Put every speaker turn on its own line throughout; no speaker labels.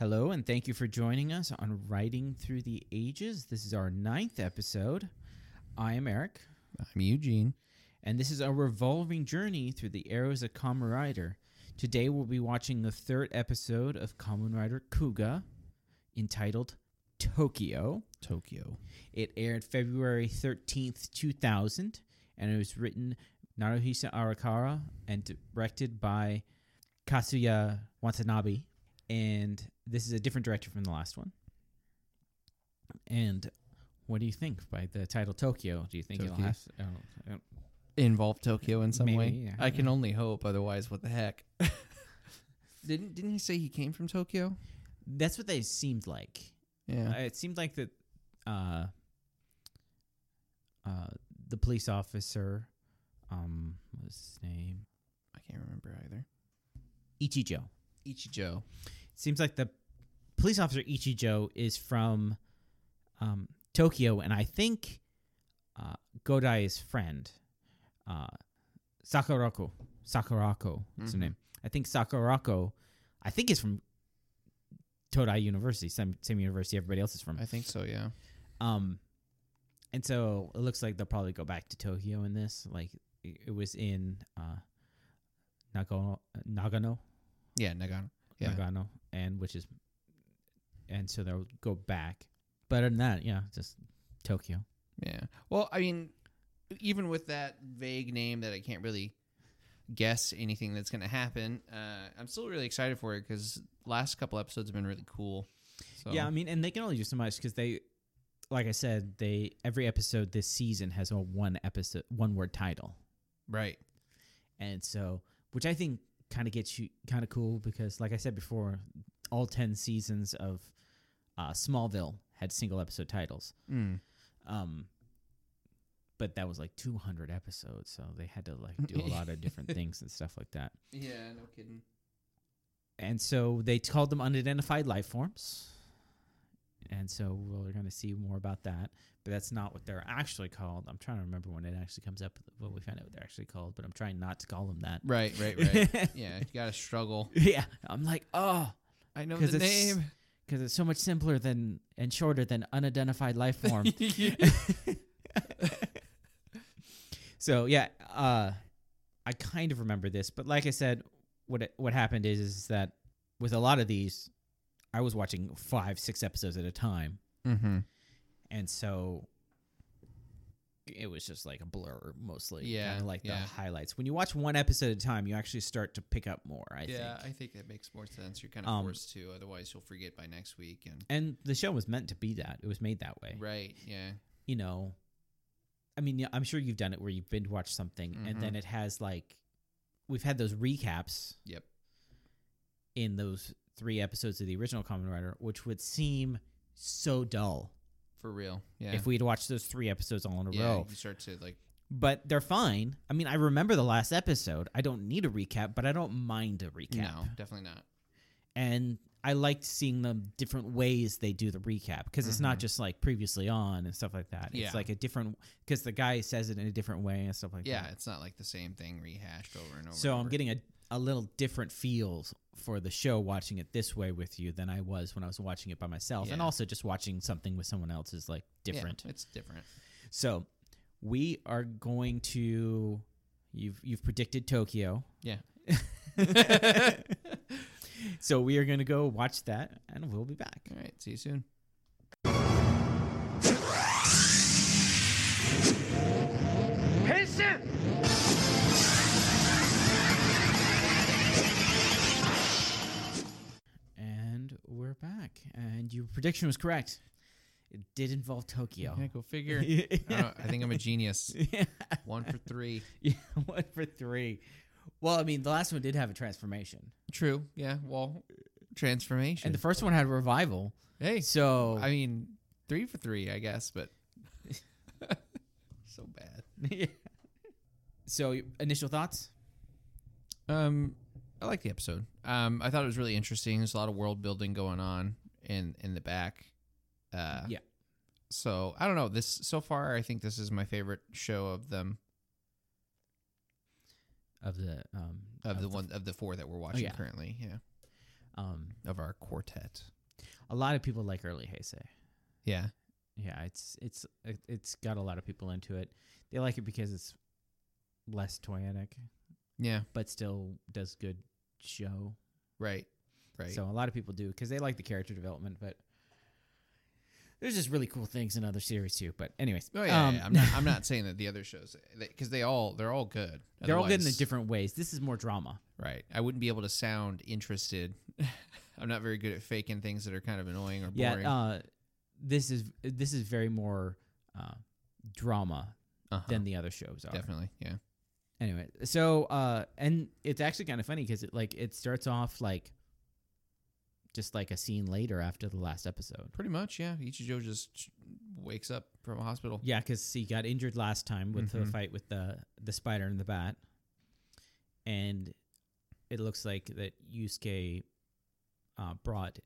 and thank you for joining us on Writing Through the Ages. This is our ninth episode. I am Eric,
I'm Eugene.
and this is our revolving journey through the eras of Kamen Rider. Today, we'll be watching the third episode of Kamen Rider Kuga, entitled Tokyo.
Tokyo.
It aired February 13th, 2000, and it was written Naruhisa Arakara and directed by Katsuya Watanabe. And this is a different director from the last one. And what do you think by the title Tokyo? Do you think it'll
Tokyo.
have I don't- I don't-
Involve Tokyo in some way.
Maybe, yeah.
I can only hope. Otherwise, what the heck? didn't Didn't he say he came from Tokyo?
That's what they seemed like.
Yeah.
Uh, it seemed like that uh, uh, the police officer um what's his name?
I can't remember either.
Ichijo.
Ichijo.
seems like the police officer Ichijo is from um, Tokyo, and I think uh, Godai's friend, uh, Sakurako. Sakurako is her
Mhm.
name. I think Sakurako, I think is from Todai University, same, same university everybody else is from.
I think so. Yeah.
Um, and so it looks like they'll probably go back to Tokyo in this. Like it it was in uh, Nagano, Nagano,
Yeah. Nagano. Yeah.
Nagano, and which is, and so they'll go back. But other than that, yeah, just Tokyo.
Yeah. Well, I mean, even with that vague name that I can't really guess anything that's going to happen, uh, I'm still really excited for it because last couple episodes have been really cool. So,
Yeah, I mean, and they can only do so much because they, like I said, they every episode this season has a one episode, one word title,
Right.
and so which I think kind of gets you kind of cool because, like I said before, all ten seasons of uh, Smallville had single episode titles.
Mm.
Um, but that was like 200 episodes, so they had to like do a lot of different things and stuff like that.
Yeah. No kidding.
and so they called them unidentified life forms. And so we're going to see more about that, but that's not what they're actually called. I'm trying to remember when it actually comes up, what we find out what they're actually called, but I'm trying not to call them that.
Right. Right. Right. yeah. You got to struggle.
yeah, I'm like, oh,
I know
'Cause
the
it's-
name.
because it's so much simpler than and shorter than unidentified life form. so yeah, uh, I kind of remember this, but like I said, what it, what happened is is that with a lot of these, I was watching five, six episodes at a time,
mm-hmm.
and so it was just like a blur mostly.
Yeah,
kinda like
yeah.
the highlights. When you watch one episode at a time, you actually start to pick up more. I
yeah,
think.
I think that makes more sense. You're kind of
Um,
forced to, otherwise you'll forget by next week. And
and the show was meant to be that. It was made that way.
right, yeah,
you know, I mean, yeah, I'm sure you've done it where you've binge watched something and
Mm-hmm.
then it has like, we've had those recaps.
Yep.
In those three episodes of the original Common Rider, which would seem so dull
for real. Yeah,
if we'd watched those three episodes all in a
yeah,
row.
you start to like,
But they're fine. I mean, I remember the last episode. I don't need a recap, but I don't mind a recap.
no, definitely not.
And I liked seeing the different ways they do the recap because it's not
Mhm.
just like previously on and stuff like that.
Yeah.
It's like a different because the guy says it in a different way and stuff like that.
Yeah, it's not like the same thing rehashed over and over.
So
and
I'm
over.
getting a, a little different feels for the show watching it this way with you than I was when I was watching it by myself. And
Yeah.
also just watching something with someone else is like
Yeah,
different.
it's different.
So we are going to you've you've predicted Tokyo.
Yeah.
so we are going to go watch that and we'll be back.
All right, see you soon.
And we're back. And your prediction was correct. It did involve Tokyo.
Yeah, go figure. I, don't know, I think I'm a genius. One for three.
Yeah, one for three. Well, I mean, the last one did have a transformation,
True. Yeah. Well, transformation.
and the first one had a revival.
hey,
So,
I mean, three for three, I guess, but so bad.
so initial thoughts?
Um, I like the episode. Um, I thought it was really interesting. There's a lot of world building going on in in the back. Uh,
Yeah.
So I don't know. This so far, I think this is my favorite show of them
of the Oh, um
of the one of the four that we're watching
yeah.
currently. Yeah,
um
of our quartet.
a lot of people like early Heisei.
Yeah.
Yeah, it's it's it- it's got a lot of people into it. They like it because it's less toyetic,
Yeah.
but still does good show.
Right. Right.
So a lot of people do because they like the character development, but there's just really cool things in other series too. But anyways,
Oh yeah,
um,
yeah, I'm not. I'm not saying that the other shows because they, all they're all good.
they're all good in
Otherwise-
different ways. This is more drama.
Right. I wouldn't be able to sound interested. I'm not very good at faking things that are kind of annoying or boring.
Yeah, uh, this is this is very more uh, drama
Uh-huh.
than the other shows are.
Definitely. Yeah.
anyway so uh and it's actually kind of funny because it like it starts off like just like a scene later after the last episode
Pretty much. Yeah. Ichijo just wakes up from a hospital.
yeah because he got injured last time with the
Mhm.
fight with the the spider and the bat and it looks like that yusuke uh brought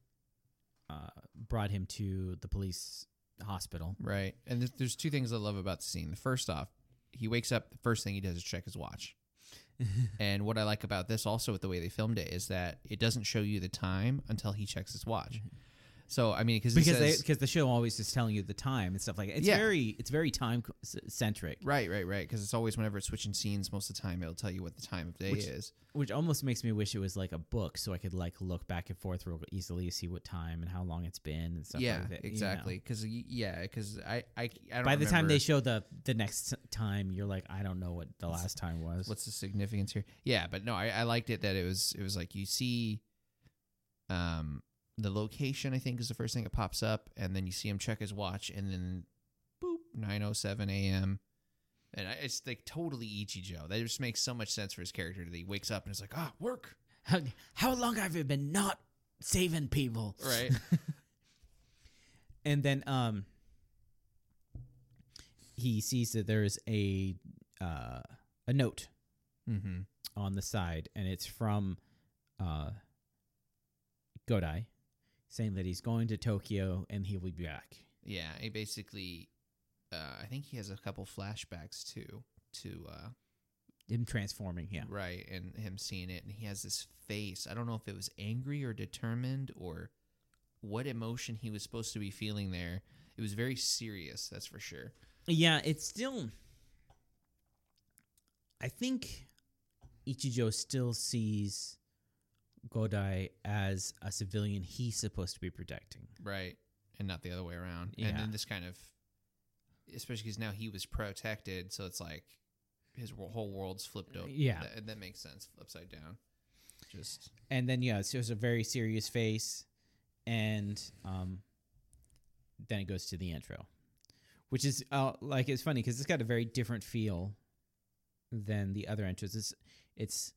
uh brought him to the police hospital
Right. And th- there's two things I love about the scene. The first off, he wakes up. The first thing he does is check his watch. and what I like about this also with the way they filmed it is that it doesn't show you the time until he checks his watch. So I mean, cause it
Mm-hmm. because they,
says-
cause the show always is telling you the time and stuff like that. it's
Yeah.
very it's very time co- c- centric
Right, right, right. Because it's always whenever it's switching scenes, most of the time it'll tell you what the time of day
Which-
is.
which almost makes me wish it was like a book so i could like look back and forth real easily see what time and how long it's been and stuff
Yeah,
like that you know.
exactly. Because yeah, because I, I, I don't.
by the time they
remember
show the the next time you're like i don't know what the last time was
what's the significance here? Yeah, but no, I, I liked it that it was it was like you see, um, the location I think is the first thing that pops up, and then you see him check his watch, and then boop nine oh seven a.m. And I, it's like totally Ichijo. That just makes so much sense for his character that he wakes up and is like, ah, work.
how, how long have you been not saving people
Right.
and then um he sees that there's a uh a note
mm-hmm.
on the side, and it's from uh, Godai saying that he's going to Tokyo and he will be back.
Yeah, he basically, uh, I think he has a couple flashbacks too, to uh,
Him transforming, yeah.
right, and him seeing it, and he has this face. I don't know if it was angry or determined or what emotion he was supposed to be feeling there. It was very serious, that's for sure.
Yeah, it's still. I think Ichijo still sees Godai as a civilian he's supposed to be protecting.
Right, and not the other way around. And
Yeah.
then this kind of, especially because now he was protected, so it's like his wo- whole world's flipped over.
Yeah.
that, that makes sense, upside down. Just
and then yeah, it's just a very serious face, and um, then it goes to the intro, which is uh, like it's funny because it's got a very different feel than the other intros. It's it's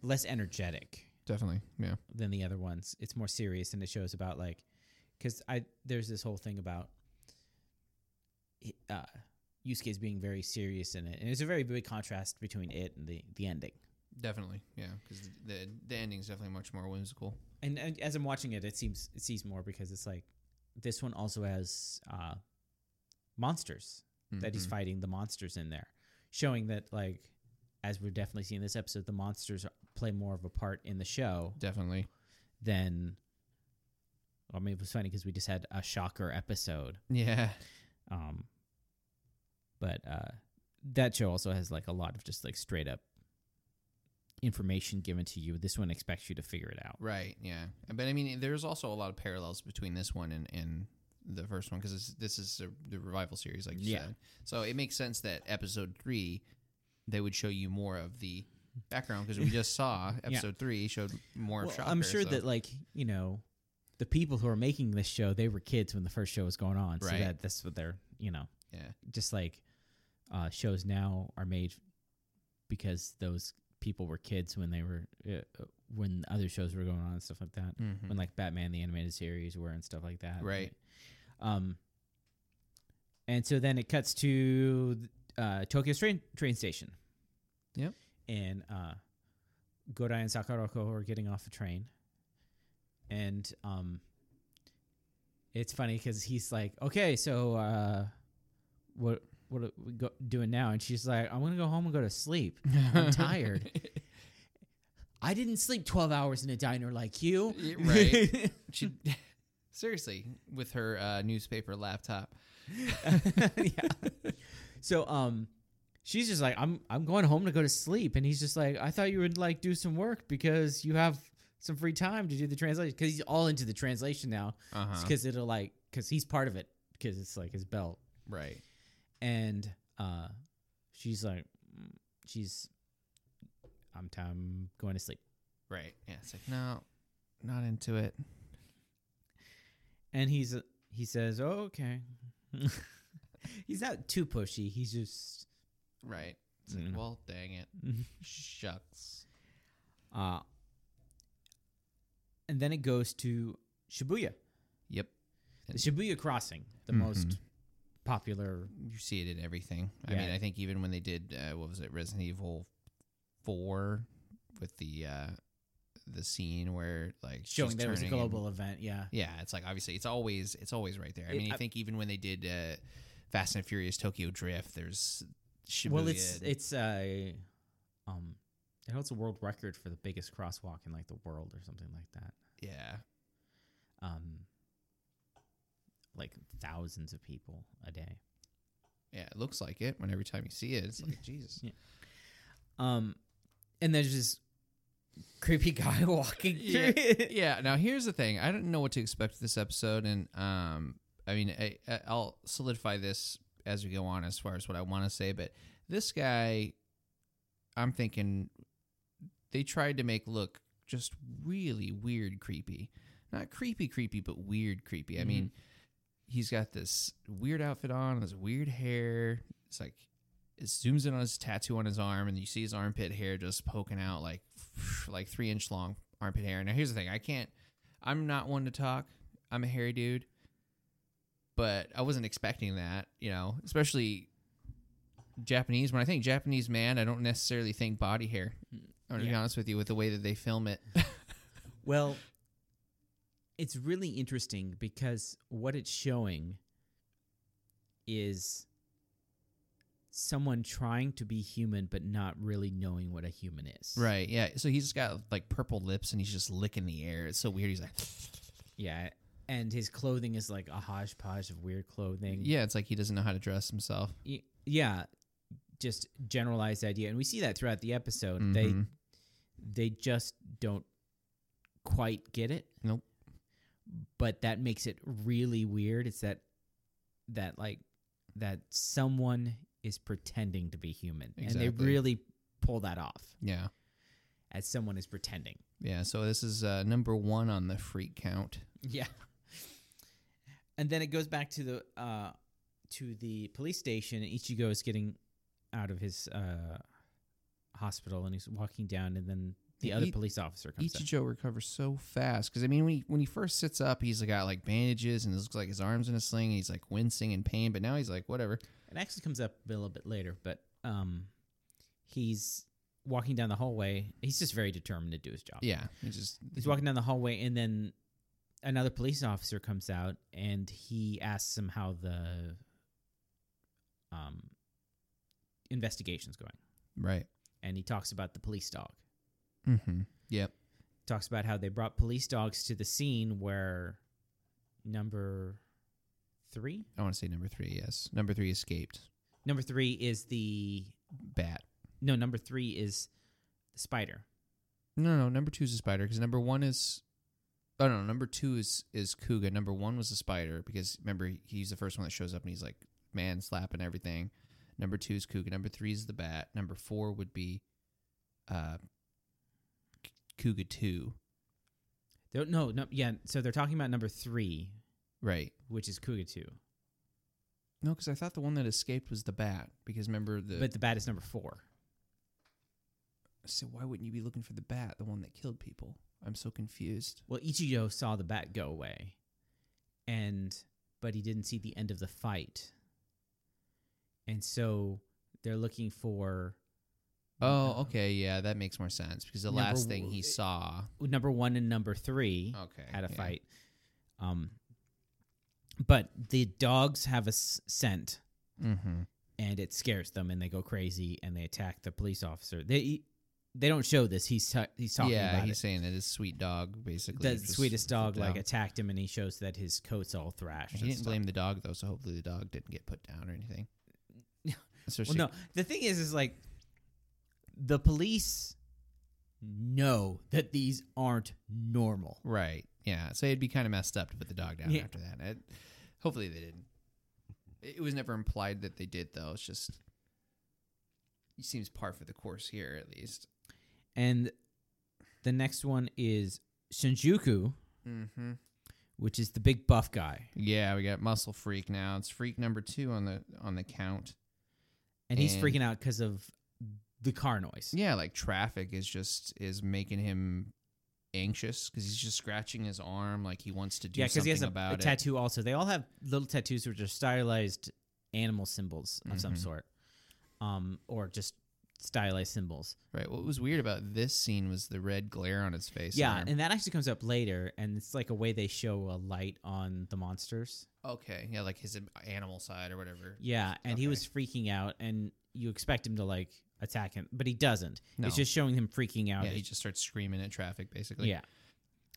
less energetic
definitely, yeah.
than the other ones. It's more serious, and it shows about like because I there's this whole thing about i- uh, Yusuke's being very serious in it, and it's a very big contrast between it and the the ending.
Definitely, yeah, because the, the the ending's definitely much more whimsical.
and, and as I'm watching it, it seems it sees more because it's like this one also has uh, monsters that he's
Mhm.
fighting the monsters in there, showing that like as we're definitely seeing this episode, the monsters play more of a part in the show
definitely
than. I mean, it was funny because we just had a shocker episode,
yeah
um, but uh, that show also has like a lot of just like straight up information given to you. This one expects you to figure it out.
right yeah but I mean there's also a lot of parallels between this one and and the first one because this is a, the revival series like you
Yeah.
said so it makes sense that episode three they would show you more of the background because we just saw episode three showed more
Well,
of Shocker,
I'm sure
so-
that like you know, the people who are making this show, they were kids when the first show was going on, so
Right.
that that's what they're you know,
yeah
just like uh, shows now are made because those people were kids when they were uh, when other shows were going on and stuff like that.
Mhm.
When like Batman the animated series were and stuff like that,
Right.
Um, and so then it cuts to uh, Tokyo's train train station.
Yep.
And uh, Godai and Sakurako are getting off a train, and um, it's funny because he's like, "Okay, so uh, what what are we go- doing now?" And she's like, "I'm gonna go home and go to sleep. I'm tired." I didn't sleep 12 hours in a diner like you.
Yeah, right. She seriously with her uh, newspaper laptop.
yeah. So um she's just like I'm I'm going home to go to sleep and he's just like I thought you would like do some work because you have some free time to do the translation cuz he's all into the translation now
Uh huh.
because it'll like cuz he's part of it cuz it's like his belt
Right.
and uh she's like mm, she's I'm time going to sleep
Right. Yeah. It's like no, not into it.
and he's he says oh, okay he's not too pushy he's just
Right. It's like
Mm. Mm-hmm.
well, dang it. Shucks.
Uh, and then it goes to Shibuya,
Yep.
the Shibuya crossing, the
Mm-hmm.
most popular.
You see it in everything. I
Yeah.
mean, I think even when they did uh, what was it, Resident Evil Four, with the uh the scene where like she's
Showing there was a
turning and-
global event, yeah.
Yeah, it's like obviously it's always it's always right there. I
It-
mean, I
I-
think even when they did uh, Fast and Furious Tokyo Drift, there's Shibuya.
Well, it's it's uh, um, it holds a world record for the biggest crosswalk in like the world or something like that.
yeah,
Um, like thousands of people a day.
yeah. It looks like it. When every time you see it, it's like Jesus.
Um, and there's this creepy guy walking through it.
yeah. Now here's the thing. I don't know what to expect this episode, and um, I mean, I, I- I'll solidify this as we go on as far as what I want to say. But this guy, I'm thinking they tried to make look just really weird, creepy. Not creepy, creepy, but weird, creepy. I mean, he's got this weird outfit on, this weird hair. It's like it zooms in on his tattoo on his arm, and you see his armpit hair just poking out, like like three inch long armpit hair. Now here's the thing: I can't. I'm not one to talk. I'm a hairy dude, but I wasn't expecting that. You know, especially Japanese. When I think Japanese man, I don't necessarily think body hair. I'm gonna be
Yeah.
honest with you with the way that they film it.
Well, it's really interesting because what it's showing is someone trying to be human but not really knowing what a human is.
right? Yeah. So he's got like purple lips, and he's just licking the air. It's so weird. He's like.
Yeah. And his clothing is like a hodgepodge of weird clothing.
Yeah, it's like he doesn't know how to dress himself.
Y- yeah. Just generalized idea. And we see that throughout the episode. They
Mhm.
they just don't quite get it.
Nope.
But that makes it really weird. It's that that like that someone is pretending to be human, and they
Exactly.
really pull that off
Yeah.
as someone is pretending.
Yeah. So this is uh, number one on the freak count.
Yeah. And then it goes back to the uh to the police station and Ichigo is getting out of his uh hospital and he's walking down and then the
Yeah,
other
I-
police officer comes in.
Ichijo recovers so fast because I mean, when he when he first sits up, he's got like bandages and it looks like his arms in a sling. And he's like wincing in pain, but now he's like whatever.
It actually comes up a little bit later, but um, he's walking down the hallway. He's just very determined to do his job.
Yeah. He just
He's walking down the hallway, and then another police officer comes out, and he asks him how the um, investigation's going,
right.
and he talks about the police dog.
Mm-hmm. Yep.
Talks about how they brought police dogs to the scene where number three,
I want to say number three. Yes. Number three escaped.
number three is the
Bat.
no, number three is the spider.
No, no. Number two is a spider because number one is. Oh no! Number two is is Kuga. Number one was a spider because remember he's the first one that shows up and he's like man slapping everything. Number two is Kuga. Number three is the bat. Number four would be, uh, K- Kuga two.
They're, no, no, yeah. So they're talking about number three,
Right?
which is Kugatu,
No, because I thought the one that escaped was the bat because remember the.
but the bat is number four.
so why wouldn't you be looking for the bat, the one that killed people? I'm so confused.
Well, Ichigo saw the bat go away, and but he didn't see the end of the fight, and so they're looking for
Oh, okay, yeah, that makes more sense because the
Number
last thing
w-
he saw.
number one and number three
Oh, Okay,
had a
yeah.
fight. Um, but the dogs have a s- scent,
Mm-hmm.
and it scares them, and they go crazy, and they attack the police officer. They they don't show this. He's ta- he's talking
yeah,
about
he's
it.
saying that his sweet dog basically.
The
just
sweetest dog
put
like
down.
attacked him, and he shows that his coat's all thrashed.
He
and
didn't
stuff.
blame the dog though, so hopefully the dog didn't get put down or anything.
Well,
Especially,
Well, no, the thing is, is like the police know that these aren't normal.
Right. Yeah. So it'd be kind of messed up to put the dog down
Yeah.
after that. It, hopefully they didn't. It it was never implied that they did though. It's just it seems par for the course here at least.
And the next one is Shinjuku,
Mm-hmm.
which is the big buff guy,
Yeah, we got muscle freak now. It's freak number two on the on the count.
and he's
And-
freaking out because of the car noise.
Yeah, like traffic is just is making him anxious because he's just scratching his arm like he wants to do
Yeah, because
something
he has a,
about
a
it.
tattoo. Also, they all have little tattoos which are stylized animal symbols of some
Mhm.
sort, um, or just stylized symbols.
Right. What was weird about this scene was the red glare on his face.
yeah,
and arm.
and that actually comes up later, and it's like a way they show a light on the monsters.
okay. Yeah, like his animal side or whatever.
Yeah, and he
Okay.
was freaking out, and you expect him to like attack him, but he doesn't.
No.
It's just showing him freaking out.
Yeah, he
It's-
just starts screaming at traffic, basically.
yeah.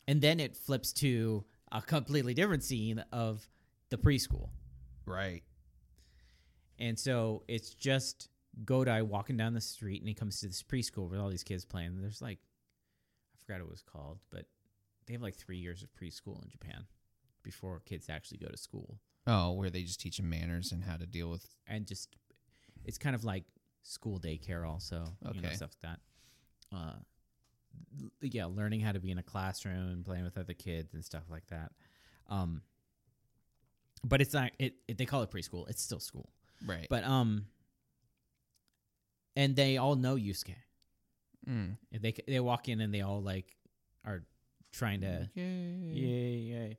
And then it flips to a completely different scene of the preschool.
Right.
And so it's just Godai walking down the street, and he comes to this preschool with all these kids playing. There's like, I forgot what it was called, but they have like three years of preschool in Japan before kids actually go to school.
Oh, where they just teach him manners and how to deal with.
and just it's kind of like school daycare also you know
Okay.
stuff like that uh l- yeah learning how to be in a classroom and playing with other kids and stuff like that um but it's not it, it they call it preschool it's still school
Right.
but um and they all know Yusuke
mm.
they c- they walk in and they all like are trying to
Yay.
Yay, yay.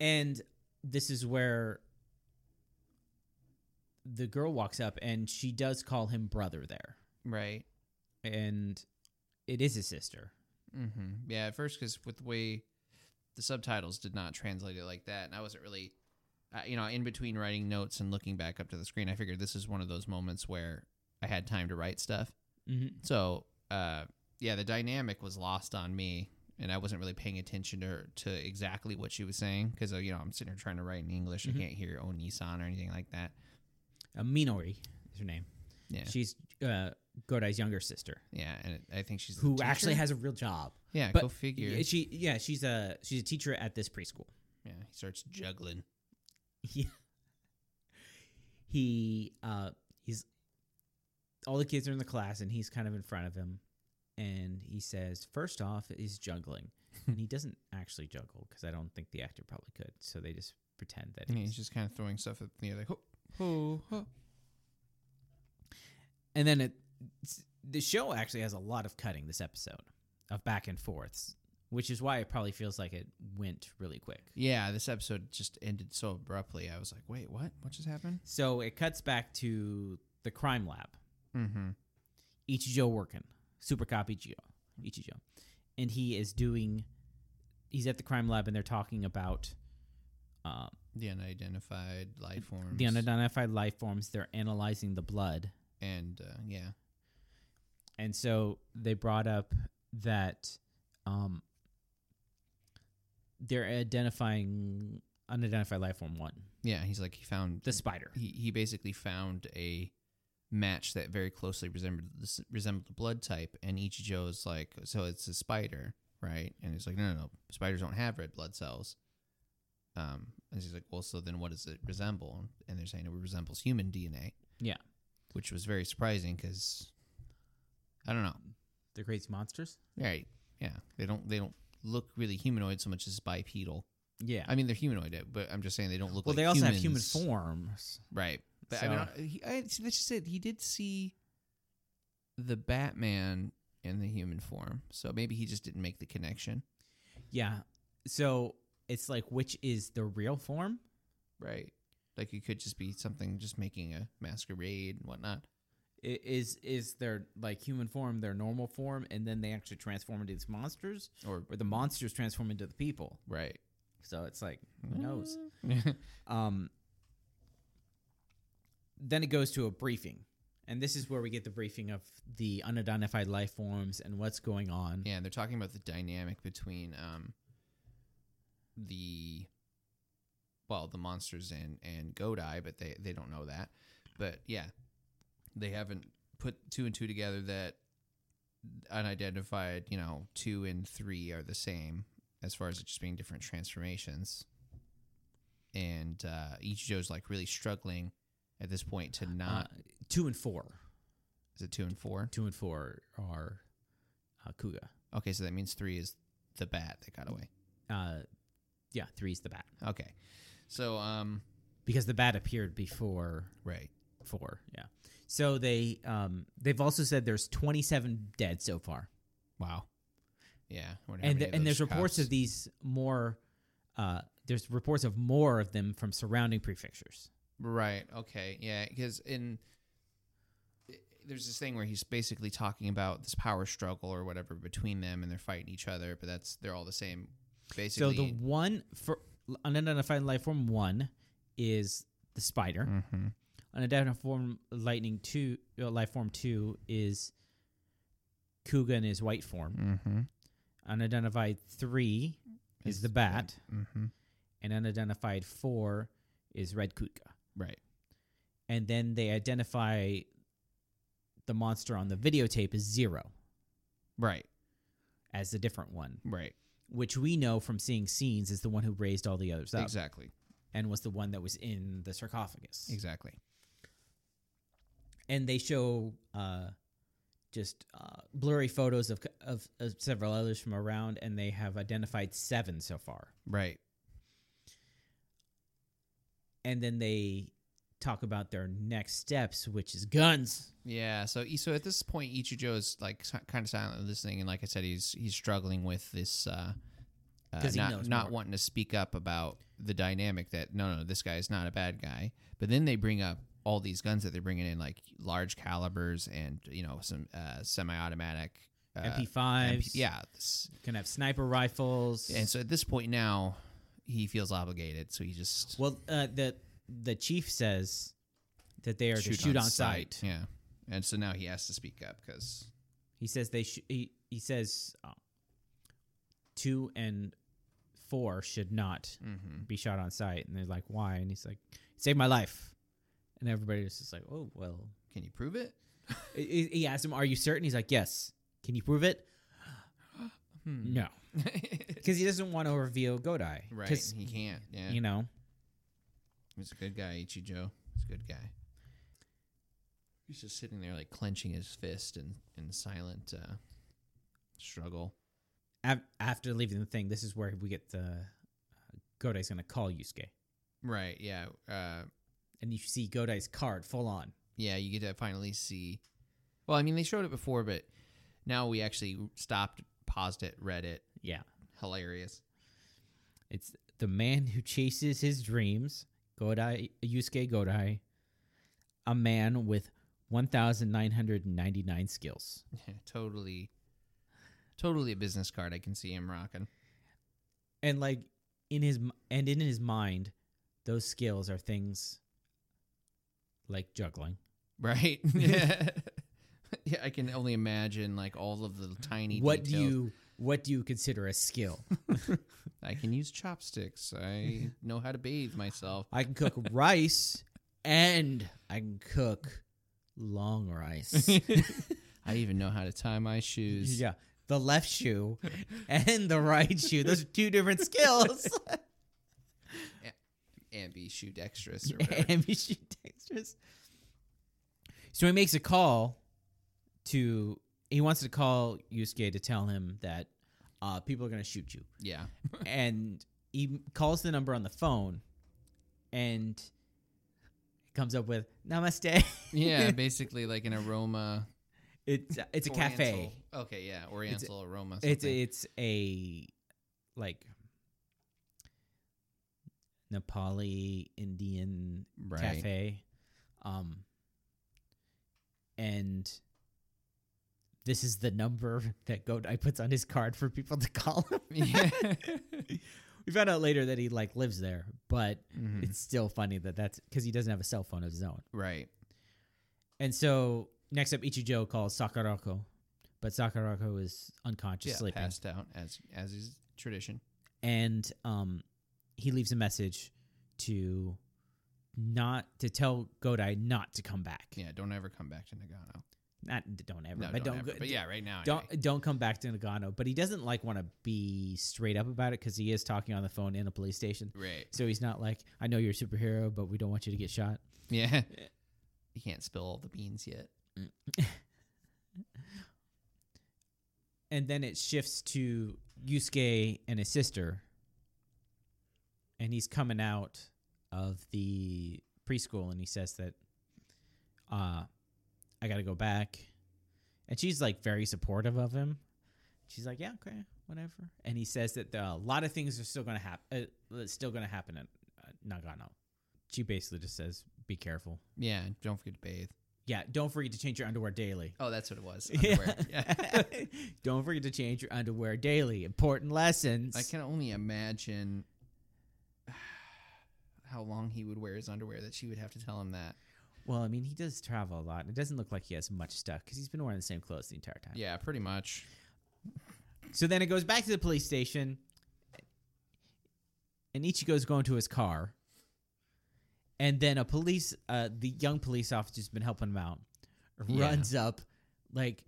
And this is where the girl walks up and she does call him brother there.
Right.
And it is his sister.
Mm-hmm. Yeah, at first, because with the way the subtitles did not translate it like that, and I wasn't really, uh, you know, in between writing notes and looking back up to the screen, I figured this is one of those moments where I had time to write stuff.
Mm-hmm.
So, uh, yeah, the dynamic was lost on me, and I wasn't really paying attention to her, to exactly what she was saying because you know I'm sitting here trying to write in English.
Mhm.
I can't hear Onisan or anything like that.
Uh, Minori is her name.
Yeah,
She's uh, Godai's younger sister
yeah, and it, I think she's the
who actually
teacher?
has a real job.
yeah.
but-
go figure.
Yeah, she yeah, she's a she's a teacher at this preschool.
yeah, he starts juggling.
he uh he's all the kids are in the class and he's kind of in front of him and he says first off is juggling and he doesn't actually juggle because i don't think the actor probably could so they just pretend that
And
he's
he's just kind of throwing stuff at the other. Ho, ho, ho.
and then it it's- the show actually has a lot of cutting this episode of back and forths which is why it probably feels like it went really quick
Yeah, this episode just ended so abruptly. I was like, wait, what? What just happened?
so it cuts back to the crime lab
Mm-hmm.
Ichijo working, super cop Ichijo, Ichijo, and he is doing. He's at the crime lab, and they're talking about uh,
The unidentified life forms.
the unidentified life forms. They're analyzing the blood,
And uh, yeah,
and so they brought up that um, they're identifying unidentified life form one,
yeah. He's like, he found
the spider.
he he basically found a match that very closely resembled the, s- resembled the blood type, and Ichijo is like, so it's a spider, right? And he's like, no, no, no, spiders don't have red blood cells. Um, and he's like, well, so then what does it resemble? And they're saying it resembles human DNA.
Yeah.
which was very surprising because I don't know,
They're crazy monsters.
right? Yeah, they don't they don't look really humanoid so much as bipedal.
Yeah.
I mean, they're humanoid, but I'm just saying they don't look
well,
like
they also have human
humans.
forms.
Right. But I mean,
So-
I- he, I, see, that's just it. He did see the Batman in the human form, so maybe he just didn't make the connection.
Yeah. So it's like which is the real form?
Right. Like it could just be something just making a masquerade and whatnot.
i- is is their like human form their normal form and then they actually transform into these monsters
Or
or the monsters transform into the people
right.
so it's like who knows
yeah.
um then it goes to a briefing And this is where we get the briefing of the unidentified life forms and what's going on.
Yeah, they're talking about the dynamic between um the well, the monsters and and Godai, but they they don't know that. But yeah, they haven't put two and two together that unidentified, you know, two and three are the same as far as it just being different transformations. And uh Ichijo's like really struggling at this point to not
Uh, two and four.
is it two and four?
Two and four are uh, Kuga.
Okay, so that means three is the bat that got away.
Uh, yeah, three's the bat
Okay. So um
because the bat appeared before
right.
four. Yeah. So they um they've also said there's 27 dead so far,
Wow. Yeah. I wonder how
and
many
the,
of
and
those
there's reports
cops-
of these more. Uh, there's reports of more of them from surrounding prefectures.
Right. Okay. Yeah. Because in i- there's this thing where he's basically talking about this power struggle or whatever between them, and they're fighting each other, but that's they're all the same.
So
Basically.
the one for unidentified life form one is the spider.
Mhm.
Unidentified form lightning two uh, life form two is Kuga in his white form.
Mhm.
Unidentified three is
Is
the
the
bat,
Mhm.
and unidentified four is Red Kuga.
Right.
And then they identify the monster on the videotape as zero
Right.
as a different one,
Right.
which we know from seeing scenes is the one who raised all the others up
Exactly.
and was the one that was in the sarcophagus.
Exactly.
and they show uh, just uh, blurry photos of, of of several others from around, and they have identified seven so far.
Right.
And then they talk about their next steps, which is guns.
Yeah. So i- so at this point, Ichijo is like si- kind of silently listening, and like I said, he's he's struggling with this. uh uh,
'Cause he
not
knows
not
more.
wanting to speak up about the dynamic that no no this guy is not a bad guy but then they bring up all these guns that they're bringing in like large calibers and you know some uh, semi-automatic uh,
MP5s,
MP yeah this-
can have sniper rifles.
and so at this point now he feels obligated so he just
well, uh, the the chief says that they are to shoot on, sight.
yeah and so now he has to speak up because
He says they sh- he he says uh, two and four should not
mm-hmm.
be shot on sight and they're like why and he's like save my life and everybody's just like oh well
can you prove it
I- I- he asked him are you certain he's like yes can you prove it
Hmm.
no because he doesn't want to reveal godai
right
'Cause,
he can't yeah
you know
He's a good guy, Ichijo. He's a good guy. He's just sitting there, like clenching his fist in, in silent uh, struggle.
af- after leaving the thing this is where we get the uh, godai's gonna call yusuke
Right. Yeah. Uh,
and you see godai's card full on
yeah. You get to finally see. Well, I mean, they showed it before, but now we actually stopped, paused it, read it.
yeah
Hilarious.
it's the man who chases his dreams godai yusuke godai a man with 1999 skills
totally, totally a business card. I can see him rocking.
and like in his m- and in his mind those skills are things like juggling
Right. yeah. yeah. I can only imagine like all of the tiny.
what do
details.
you what do you consider a skill
I can use chopsticks. I know how to bathe myself.
i can cook rice and i can cook long rice
I even know how to tie my shoes.
yeah the left shoe and the right shoe those are two different skills
And be shoe dexterous or whatever.
ambidextrous so he makes a call to he wants to call yusuke to tell him that uh, people are going to shoot you
yeah.
and he calls the number on the phone and comes up with namaste
Yeah, basically like an aroma.
it's it's a cafe
Oriental- Okay, yeah. Oriental aroma.
it's
something.
it's a like nepali indian
right.
cafe um and this is the number that Godai puts on his card for people to call him.
Yeah.
We found out later that he like lives there, but
Mhm.
it's still funny that that's because he doesn't have a cell phone of his own.
Right.
And so next up, Ichijo calls Sakurako, but Sakurako is unconscious,
yeah,
sleeping,
passed out as as is tradition.
and um, he leaves a message to not to tell Godai not to come back.
Yeah, don't ever come back to Nagano.
Not don't ever,
No,
but
don't.
don't,
ever.
go-
but yeah, right now.
don't
anyway.
don't come back to Nagano. But he doesn't like want to be straight up about it because he is talking on the phone in a police station.
Right.
So he's not like, I know you're a superhero, but we don't want you to get shot.
Yeah. You can't spill all the beans yet.
And then it shifts to Yusuke and his sister, and he's coming out of the preschool, and he says that, uh, I got to go back, and she's like very supportive of him. She's like, yeah, okay, whatever. And he says that uh, a lot of things are still going to happen. Uh, it's still going to happen at uh, Nagano. She basically just says, "Be careful."
Yeah. Don't forget to bathe.
Yeah, don't forget to change your underwear daily.
Oh, that's what it was.
Yeah.
Underwear. Yeah.
Don't forget to change your underwear daily. Important lessons.
I can only imagine how long he would wear his underwear that she would have to tell him that.
well, I mean, he does travel a lot, and it doesn't look like he has much stuff because he's been wearing the same clothes the entire time.
Yeah, pretty much.
So then it goes back to the police station, and Ichigo's going to his car, and then a police, uh, the young police officer's been helping him out,
Yeah.
runs up, like,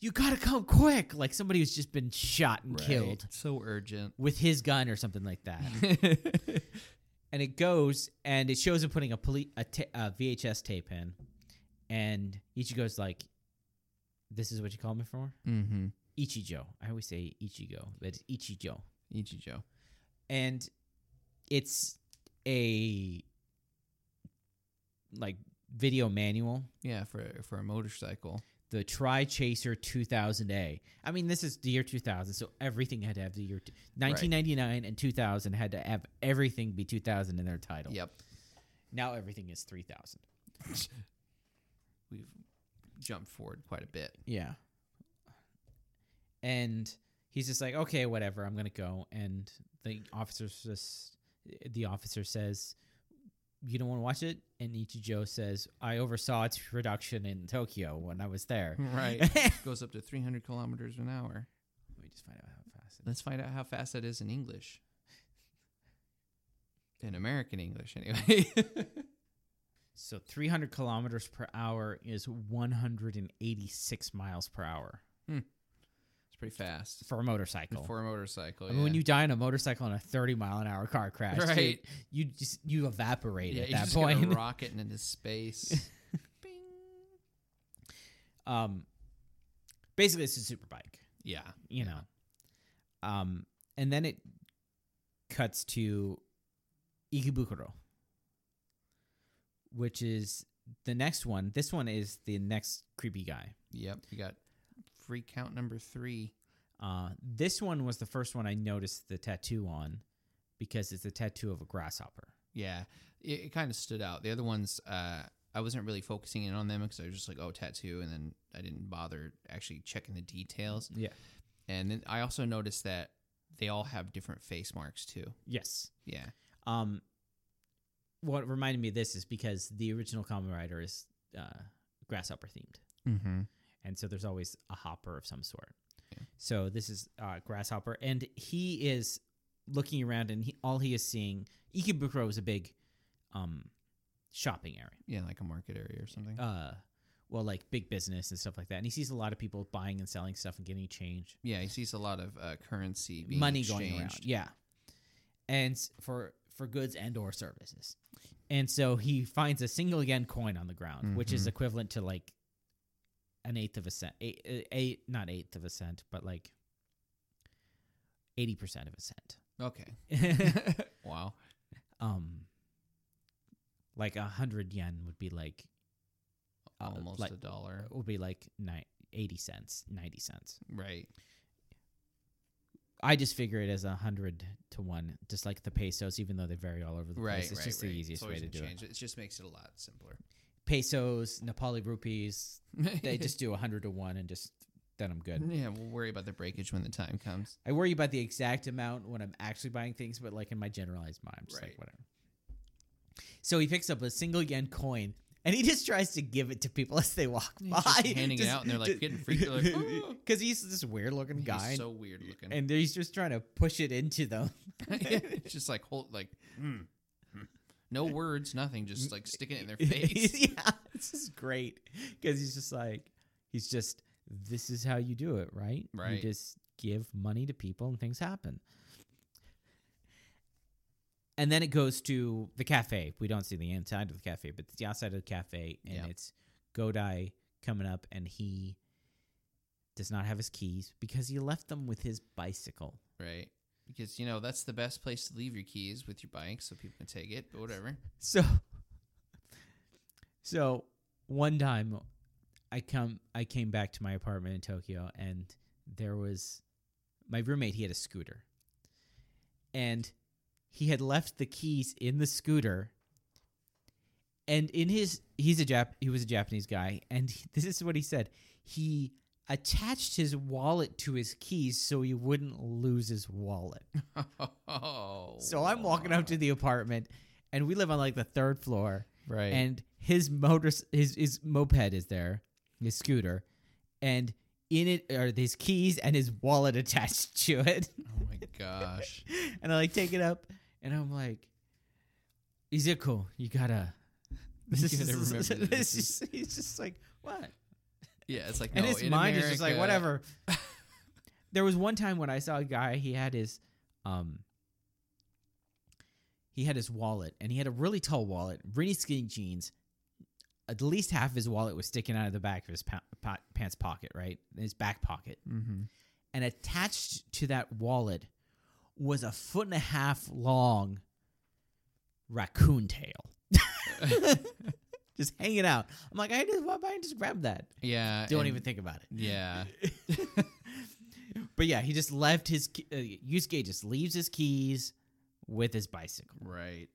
"You gotta come quick!" Like somebody who's just been shot and killed
So urgent.
with his gun or something like that. and it goes and it shows him putting a, poli- a, ta- a VHS tape in, and Ichigo's like, "This is what you call me for."
mm-hmm.
Ichijo. I always say Ichigo, but it's Ichijo,
Ichijo.
and it's a like video manual,
Yeah, for for a motorcycle.
the Tri Chaser 2000A. I mean, this is the year 2000, so everything had to have the year t- 1999 and 2000 had to have everything be 2000 in their title.
Yep.
Now everything is 3000.
We've jumped forward quite a bit.
Yeah. And he's just like, okay, whatever, I'm gonna go. And the officer's just, the officer says, you don't want to watch it. And Ichijo says, I oversaw its production in Tokyo when I was there.
Right.
Let me
Goes up to 300 kilometers an hour.
just find out how fast. It
Let's find out how fast that is in English. In American English, anyway.
So 300 kilometers per hour is 186 miles per hour
it's pretty fast.
for a motorcycle.
For a motorcycle.
I mean, when
yeah.
you die on a motorcycle in a 30 mile an hour car crash, dude,
Right.
you just you evaporate
yeah,
at
you're
that
just
point.
gonna rocket into space. Bing.
um basically it's a super bike
Yeah.
you know um and then it cuts to ikebukuro which is the next one this one is the next creepy guy
Yep. You got free count number three.
uh this one was the first one i noticed the tattoo on because it's a tattoo of a grasshopper
Yeah, it, it kind of stood out. The other ones, uh, I wasn't really focusing in on them because I was just like, oh, tattoo, and then I didn't bother actually checking the details.
yeah
And then I also noticed that they all have different face marks too.
yes
Yeah,
um what reminded me of this is because the original common rider is uh grasshopper themed
mm-hmm.
and so there's always a hopper of some sort.
Yeah.
So this is uh, grasshopper, and he is looking around, and he, all he is seeing Ikebukuro is a big um, shopping area,
yeah, like a market area or something.
uh, well, like big business and stuff like that, and he sees a lot of people buying and selling stuff and getting change,
yeah, he sees a lot of uh, currency being
money going around,
exchanged.
yeah, and s- for for goods and or services, and so he finds a single yen coin on the ground, which is
Mhm.
equivalent to like an eighth of a cent, eight, eh, eight not eighth of a cent, but like eighty percent of a cent.
Okay. wow.
um, like a hundred yen would be like uh,
Almost
like- oh.
a dollar.
would be like ni- eighty cents, ninety cents.
Right.
I just figure it as a hundred to one, just like the pesos, even though they vary all over the
Right.
place. It's
right,
just
right.
the easiest way
always
to
in
do
change.
it.
It just makes it a lot simpler.
Pesos, Nepali rupees, they just do a hundred to one, and just then I'm good.
yeah. We'll worry about the breakage when the time comes.
I worry about the exact amount when I'm actually buying things, but like in my generalized mind, I'm just like
Right.
whatever. So he picks up a single yen coin and he just tries to give it to people as they walk
He's
by.
just handing it out, and they're, like, getting freaked. They're like, "Oh."
because he's this weird looking guy,
He's
and-
so weird looking.
and he's just trying to push it into them.
it's just like hold like
Hmm.
mm, mm. no words, nothing, just like sticking it in their face.
yeah, this is great because he's just like he's just this is how you do it, right? You
Right.
just give money to people and things happen. And then it goes to the cafe. We don't see the inside of the cafe, but it's the outside of the cafe, and
Yeah.
it's Godai coming up, and he does not have his keys because he left them with his bicycle.
right. Because you know, that's the best place to leave your keys with your bike so people can take it, but whatever.
So, so one time, I come, I came back to my apartment in Tokyo, and there was my roommate. He had a scooter, and he had left the keys in the scooter. And in his, he's a Jap. He was a Japanese guy, and he- this is what he said. He attached his wallet to his keys so he wouldn't lose his wallet.
Oh.
So I'm walking up to the apartment, and we live on like the third floor
right.
and his motor his his moped is there, his scooter, and in it are his keys and his wallet attached to it.
oh my gosh.
And I like take it up, and I'm like, Izuku, you gotta. This
gotta
is,
remember that
this
this
is, he's just like what,
Yeah, it's like
and
no,
his
in
mind is just like
America-
whatever. there was one time when I saw a guy. He had his, um. He had his wallet, and he had a really tall wallet, really skinny jeans. At least half of his wallet was sticking out of the back of his pa- po- pants pocket, right, his back pocket.
Mhm.
And attached to that wallet was a foot and a half long raccoon tail, just hanging out. I'm like, I just why don't I just grab that?
yeah.
Don't
and-
even think about it.
Yeah.
but yeah, he just left his key- uh, Yusuke just leaves his keys with his bicycle.
Right.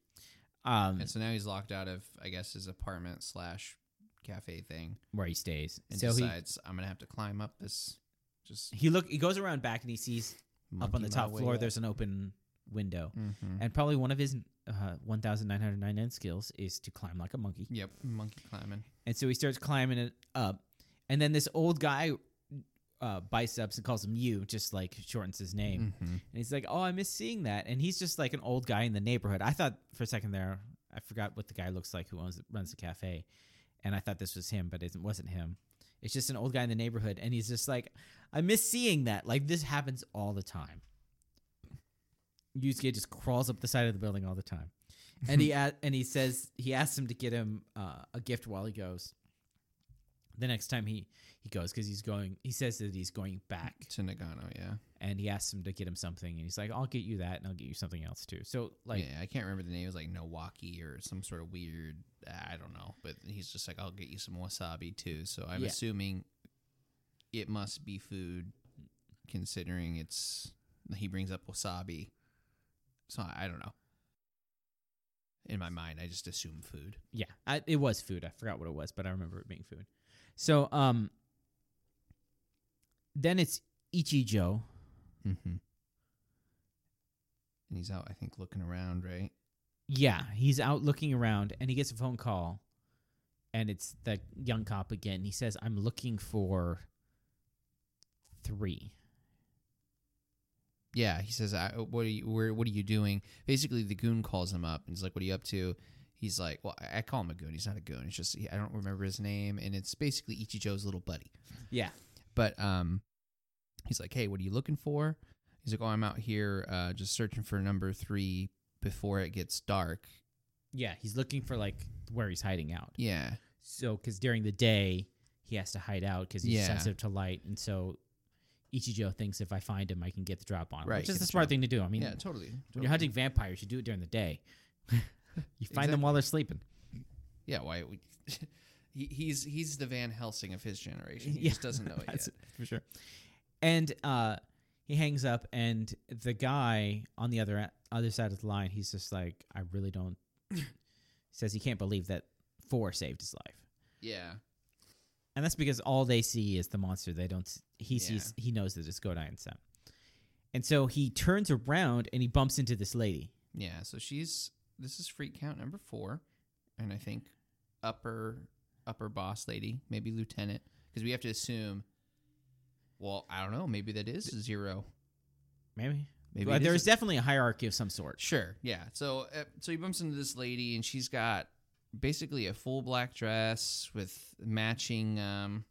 Um,
And so now he's locked out of I guess his apartment slash cafe thing
where he stays.
and
so he
decides I'm gonna have to climb up this just
he look he goes around back and he sees up on the top floor there's an open window.
hmm
And probably one of his uh, 1999 skills is to climb like a monkey.
Yep, monkey climbing.
And so he starts climbing it up. And then this old guy uh, biceps and calls him you, just like shortens his name. And he's like, "Oh, I miss seeing that." And he's just like an old guy in the neighborhood. I thought for a second there, I forgot what the guy looks like who owns runs the cafe, and I thought this was him, but it wasn't him. It's just an old guy in the neighborhood, and he's just like, "I miss seeing that." Like this happens all the time. Yusuke just crawls up the side of the building all the time, and he a- and he says he asks him to get him uh, a gift while he goes. The next time he he goes because he's going, he says that he's going back
To Nagano, yeah.
and he asks him to get him something and he's like i'll get you that and i'll get you something else too so like
yeah, I can't remember the name. It was like Milwaukee or some sort of weird. I don't know. But he's just like, I'll get you some wasabi too. So I'm
Yeah.
assuming it must be food, considering it's he brings up wasabi. So I I don't know. In my mind, I just assume food.
yeah, I, it was food i forgot what it was but i remember it being food so um then it's ichijo
Mm-hmm. And he's out, I think, looking around, right?
yeah he's out looking around and he gets a phone call and it's that young cop again he says i'm looking for three
Yeah, he says, I, uh, "What are you? Where, what are you doing?" Basically, the goon calls him up and he's like, "What are you up to?" He's like, "Well, I I call him a goon. He's not a goon. It's just he, I don't remember his name, and it's basically Ichijo's little buddy."
yeah
But um, he's like, "Hey, what are you looking for?" He's like, "Oh, I'm out here uh, just searching for number three before it gets dark."
yeah he's looking for like where he's hiding out
Yeah,
So, because during the day he has to hide out because he's
Yeah.
sensitive to light, and so Ichijo thinks if I find him, I can get the drop on him,
Right,
which
get
is the
the
smart
drop.
thing to do. I mean,
yeah, totally.
when
totally.
you're hunting vampires, you do it during the day. you find them
Exactly.
while they're sleeping.
yeah, why? We, he, he's he's the Van Helsing of his generation. He
Yeah,
just doesn't know it yet.
That's it, for sure. And uh, he hangs up, and the guy on the other other side of the line, he's just like, I really don't. says he can't believe that four saved his life.
Yeah,
And that's because all they see is the monster. They don't. s- He
Yeah.
sees. He knows that it's Godai and Sam. And so he turns around and he bumps into this lady.
Yeah, so she's this is freak count number four, and I think upper upper boss lady, maybe lieutenant, because we have to assume. Well, I don't know. Maybe that is zero.
Maybe.
Maybe
but
it
there's
isn't.
definitely a hierarchy of some sort.
Sure. Yeah. So uh, so he bumps into this lady and she's got basically a full black dress with matching um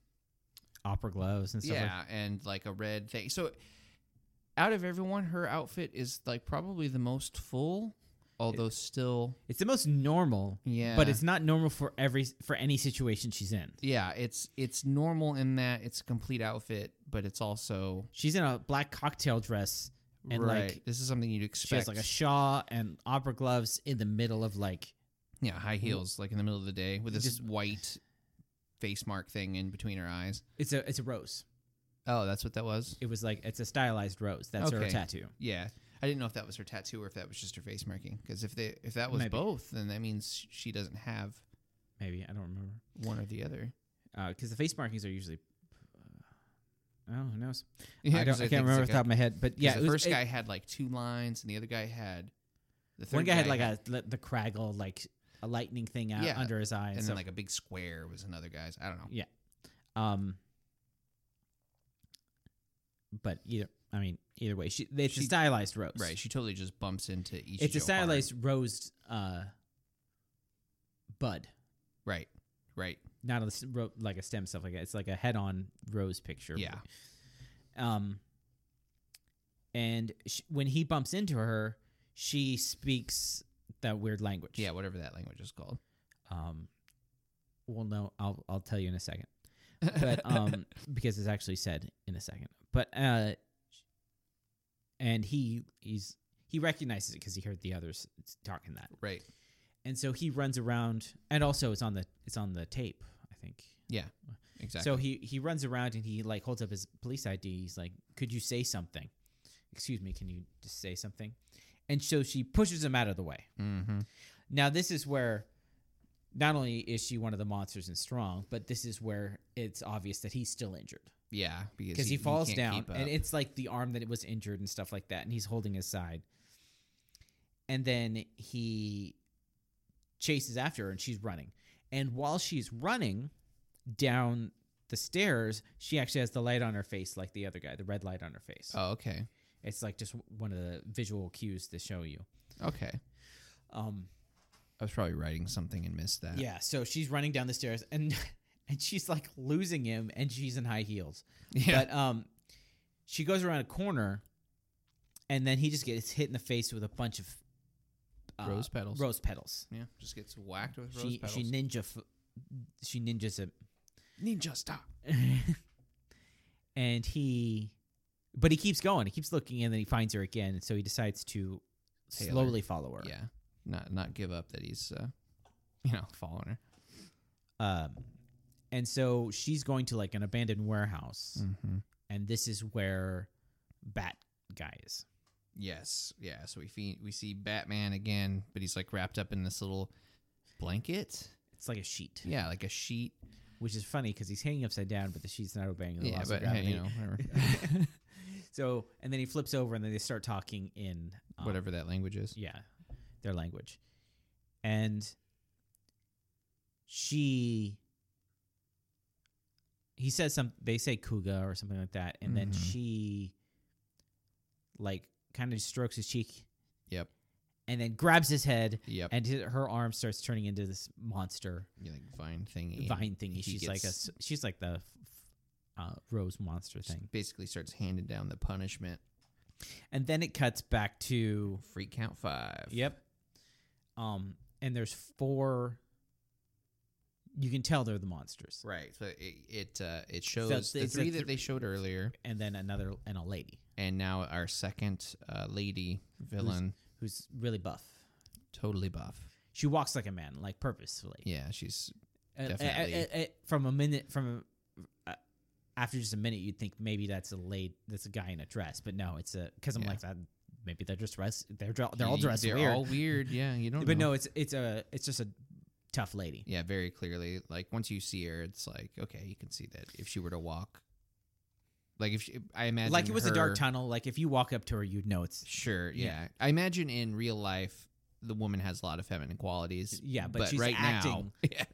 Opera gloves and stuff. like
yeah, and like a red thing. So out of everyone her outfit is like probably the most full, although still
It's the most normal,
yeah.
but it's not normal for every for any situation she's in.
yeah, it's it's normal in that it's a complete outfit, but it's also
She's in a black cocktail dress. And,
right.
like,
this is something you'd
She
expect.
has like a shawl and opera gloves in the middle of like
yeah, high heels like in the middle of the day with this
mm-hmm. Just-
white face mark thing in between her eyes.
it's a it's a rose.
Oh, that's what that was.
It was like it's a stylized rose. That's her
Okay.
tattoo.
Yeah, I didn't know if that was her tattoo or if that was just her face marking. Because if they if that was
Maybe.
both, then that means she doesn't have
Maybe I don't remember
one or the other.
because Uh, the face markings are usually. Uh, I don't know. Who knows?
Yeah,
I,
'cause
don't, I,
think
can't remember off
it's
the
like
top of my head. But
a- 'cause
yeah,
the
it was-
first
it-
guy had like two lines, and the other guy had the third
one guy had like a li- the craggle, like a lightning thing out
Yeah,
under his eye, and,
and
stuff.
then like a big square was another guy's. I don't know.
um. But either, I mean, either way, she it's a
She-
stylized rose,
Right, she totally just bumps into each.
It's a stylized rose, uh, bud,
Right, right.
not a s- ro- like a stem stuff like that. It's like a head-on rose picture.
Yeah.
Um. And sh when he bumps into her, she speaks that weird language.
Yeah, whatever that language is called.
Um, well, no, I'll I'll tell you in a second, but um, because it's actually said in a second. But uh, and he he's he recognizes it because he heard the others talking that,
right.
and so he runs around, and also it's on the it's on the tape, I think.
Yeah. Exactly.
So he he runs around and he like holds up his police ID. He's like, "Could you say something? Excuse me, can you just say something?" And so she pushes him out of the way.
mm-hmm.
Now, this is where not only is she one of the monsters in Strong, but this is where it's obvious that he's still injured
Yeah, because
because he, falls
can't
down,
keep up.
and it's like the arm that was injured and stuff like that, and he's holding his side. And then he chases after her, and she's running. And while she's running down the stairs, she actually has the light on her face, like the other guy, the red light on her face.
oh, okay,
It's like just one of the visual cues to show you.
okay.
Um,
I was probably writing something and missed that.
Yeah, so she's running down the stairs and and she's like losing him and she's in high heels.
yeah.
But um she goes around a corner and then he just gets hit in the face with a bunch of uh,
rose petals.
rose petals.
Yeah, just gets whacked with rose
she
petals.
she ninja f- she ninjas him.
ninja stop.
and he but he keeps going. He keeps looking and then he finds her again, and so he decides to
Tail her.
slowly follow her.
Yeah, not not give up that he's uh, you know following her.
Um and so she's going to like an abandoned warehouse.
Mm-hmm.
and this is where Bat guy is.
Yes, yeah. So we fe- we see Batman again, but he's like wrapped up in this little blanket.
It's like a sheet,
Yeah, like a sheet.
which is funny because he's hanging upside down, but the sheet's not obeying the
Yeah,
laws
but
of gravity.
hey, you know whatever,
so, and then he flips over, and then they start talking in um,
whatever that language is.
yeah, their language, and she. He says some. They say "kuga" or something like that, and then
Mhm.
she, like, kind of strokes his cheek.
Yep.
And then grabs his head,
Yep.
and hi- her arm starts turning into this monster
You like vine thingy.
vine thingy.
he
She's like a
gets-
s- she's like the f- uh, rose monster
Just
thing.
basically starts handing down the punishment.
And then it cuts back to
Free count five.
yep, um, and there's four. You can tell they're the monsters,
Right. So it it, uh, it shows the
it's a
three that
thr-
they showed earlier,
and then another and a lady
and now our second uh, lady villain,
who's really buff.
totally buff.
She walks like a man, like purposefully.
Yeah, she's
Uh, uh,
definitely.
uh, uh, uh, from a minute from. A, uh, after just a minute, you'd think maybe that's a lady, that's a guy in a dress, but no, it's a because I'm
Yeah.
like that. Maybe they're just dressed. They're dr- they're all
you-
dressed
They're
weird.
all weird. Yeah, you don't.
but
know.
no, it's it's a it's just a tough lady.
Yeah, very clearly. Like once you see her, it's like okay, you can see that if she were to walk, like if she, I imagine
like it was a
her-
dark tunnel. Like if you walk up to her, you'd know it's
Sure. Yeah.
Yeah.
I imagine in real life the woman has a lot of feminine qualities.
yeah. But, she's
right
acting
now, yeah,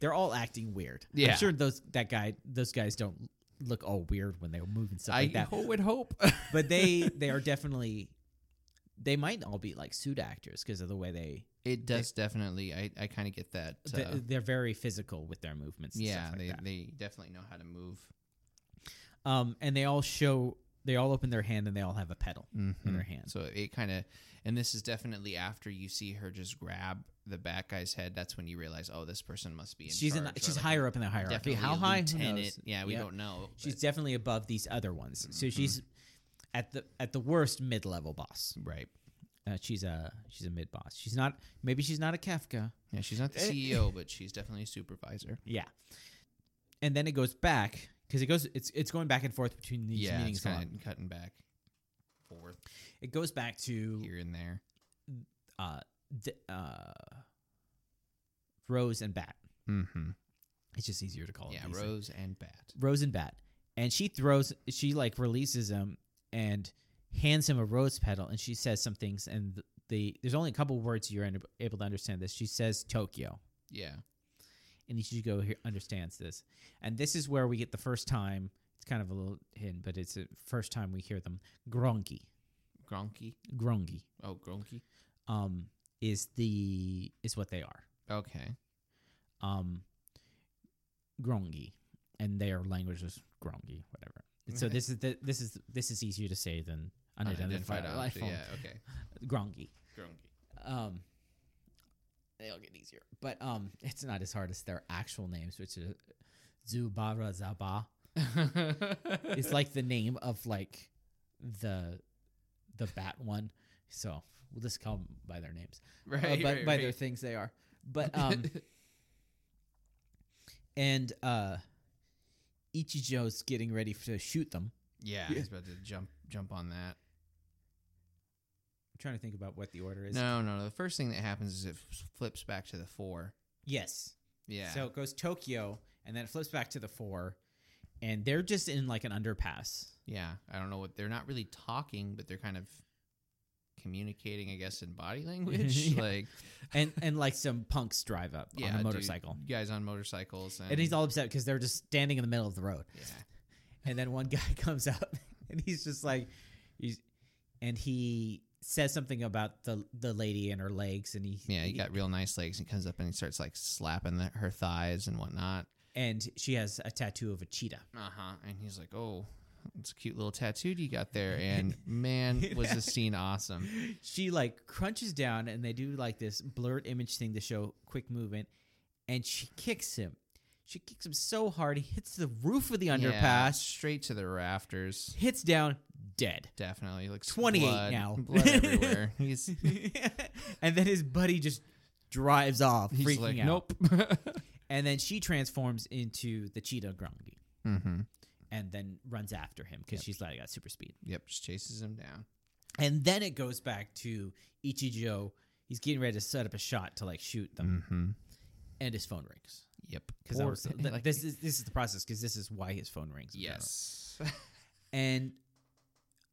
they're all acting weird.
Yeah.
I'm sure those that guy those guys don't look all weird when they're moving stuff
I
like that.
ho- would hope.
But they they are definitely they might all be like suit actors because of the way they
it does definitely. I, I kind of get that. Uh,
th- they're very physical with their movements. and
yeah,
stuff like
they,
that.
they definitely know how to move.
um, and they all show they all open their hand and they all have a pedal
Mm-hmm.
in their hand.
So it kind of, and this is definitely after you see her just grab the back guy's head. That's when you realize, oh, this person must be in
she's in
charge.
the,
or
she's
like
higher up in the hierarchy.
Definitely
How
a
high? Who
lieutenant.
knows?
Yeah, we
Yep.
don't know.
She's
but-
definitely above these other ones.
Mm-hmm.
So she's at the at the worst mid level boss.
right.
Uh, she's a she's a mid boss. She's not maybe she's not a Kafka.
Yeah, she's not the
Eh.
CEO, but she's definitely a supervisor.
Yeah, and then it goes back because it goes it's it's going back and forth between these
yeah,
meetings.
it's
a lot.
kind of cutting back, forth
It goes back to
here and there.
uh, d- uh, Rose and Bat.
Mm-hmm.
It's just easier to call.
Yeah,
it these things.
Rose and Bat.
Rose and Bat, and she throws she like releases him and hands him a rose petal, and she says some things. And the, the there's only a couple words you're un- able to understand this. She says Tokyo,
Yeah,
and Ichigo here understands this. And this is where we get the first time. It's kind of a little hidden, but it's the first time we hear them. Gronki,
Gronky.
Gronki,
Oh, Gronky.
um, is the is what they are.
Okay.
um, Grongi, and their language was Grongi, whatever. So
Okay.
this is the, this is this is easier to say than unidentified life
object,
form.
Yeah. Okay.
Grongi.
Gronky.
Um, they'll get easier, but um, it's not as hard as their actual names, which is Zubara Zaba. It's like the name of like the the bat one. So we'll just call them by their names,
right,
uh, by,
right,
by
right.
their things they are. But um. and uh Ichijo's getting ready f- to shoot them.
yeah, I was about to jump jump on that.
I'm trying to think about what the order is.
No, no, no. The first thing that happens is it f- flips back to the four.
Yes.
Yeah.
So it goes Tokyo and then it flips back to the 4 and they're just in like an underpass.
yeah, I don't know what they're not really talking, but they're kind of communicating, I guess, in body language.
Yeah.
Like,
And and like some punks drive up
yeah,
on a
dude,
motorcycle.
guys on motorcycles, and,
And he's all upset because they're just standing in the middle of the road.
yeah,
And then one guy comes up and he's just like he's and he says something about the the lady and her legs and he
yeah. He got real nice legs, and comes up and he starts like slapping the, her thighs and whatnot.
and she has a tattoo of a cheetah.
Uh huh. And he's like, oh. It's a cute little tattoo you got there, and man, was this scene awesome!
she like crunches down and they do like this blurred image thing to show quick movement and she kicks him she kicks him so hard he hits the roof of the
Yeah,
underpass
straight to the rafters.
hits down dead
Definitely looks
28
blood,
now.
Blood everywhere. He's
and then his buddy just drives off
he's
freaking
like,
out
nope.
and then she transforms into the cheetah grongi
mm-hmm.
and then runs after him because
Yep.
she's like got super speed
Yep, just chases him down.
and then it goes back to ichijo he's getting ready to set up a shot to like shoot them
Mm-hmm.
and his phone rings
Yep.
because
Poor-
th-
like-
this is this is the process because this is why his phone rings. in general.
yes.
and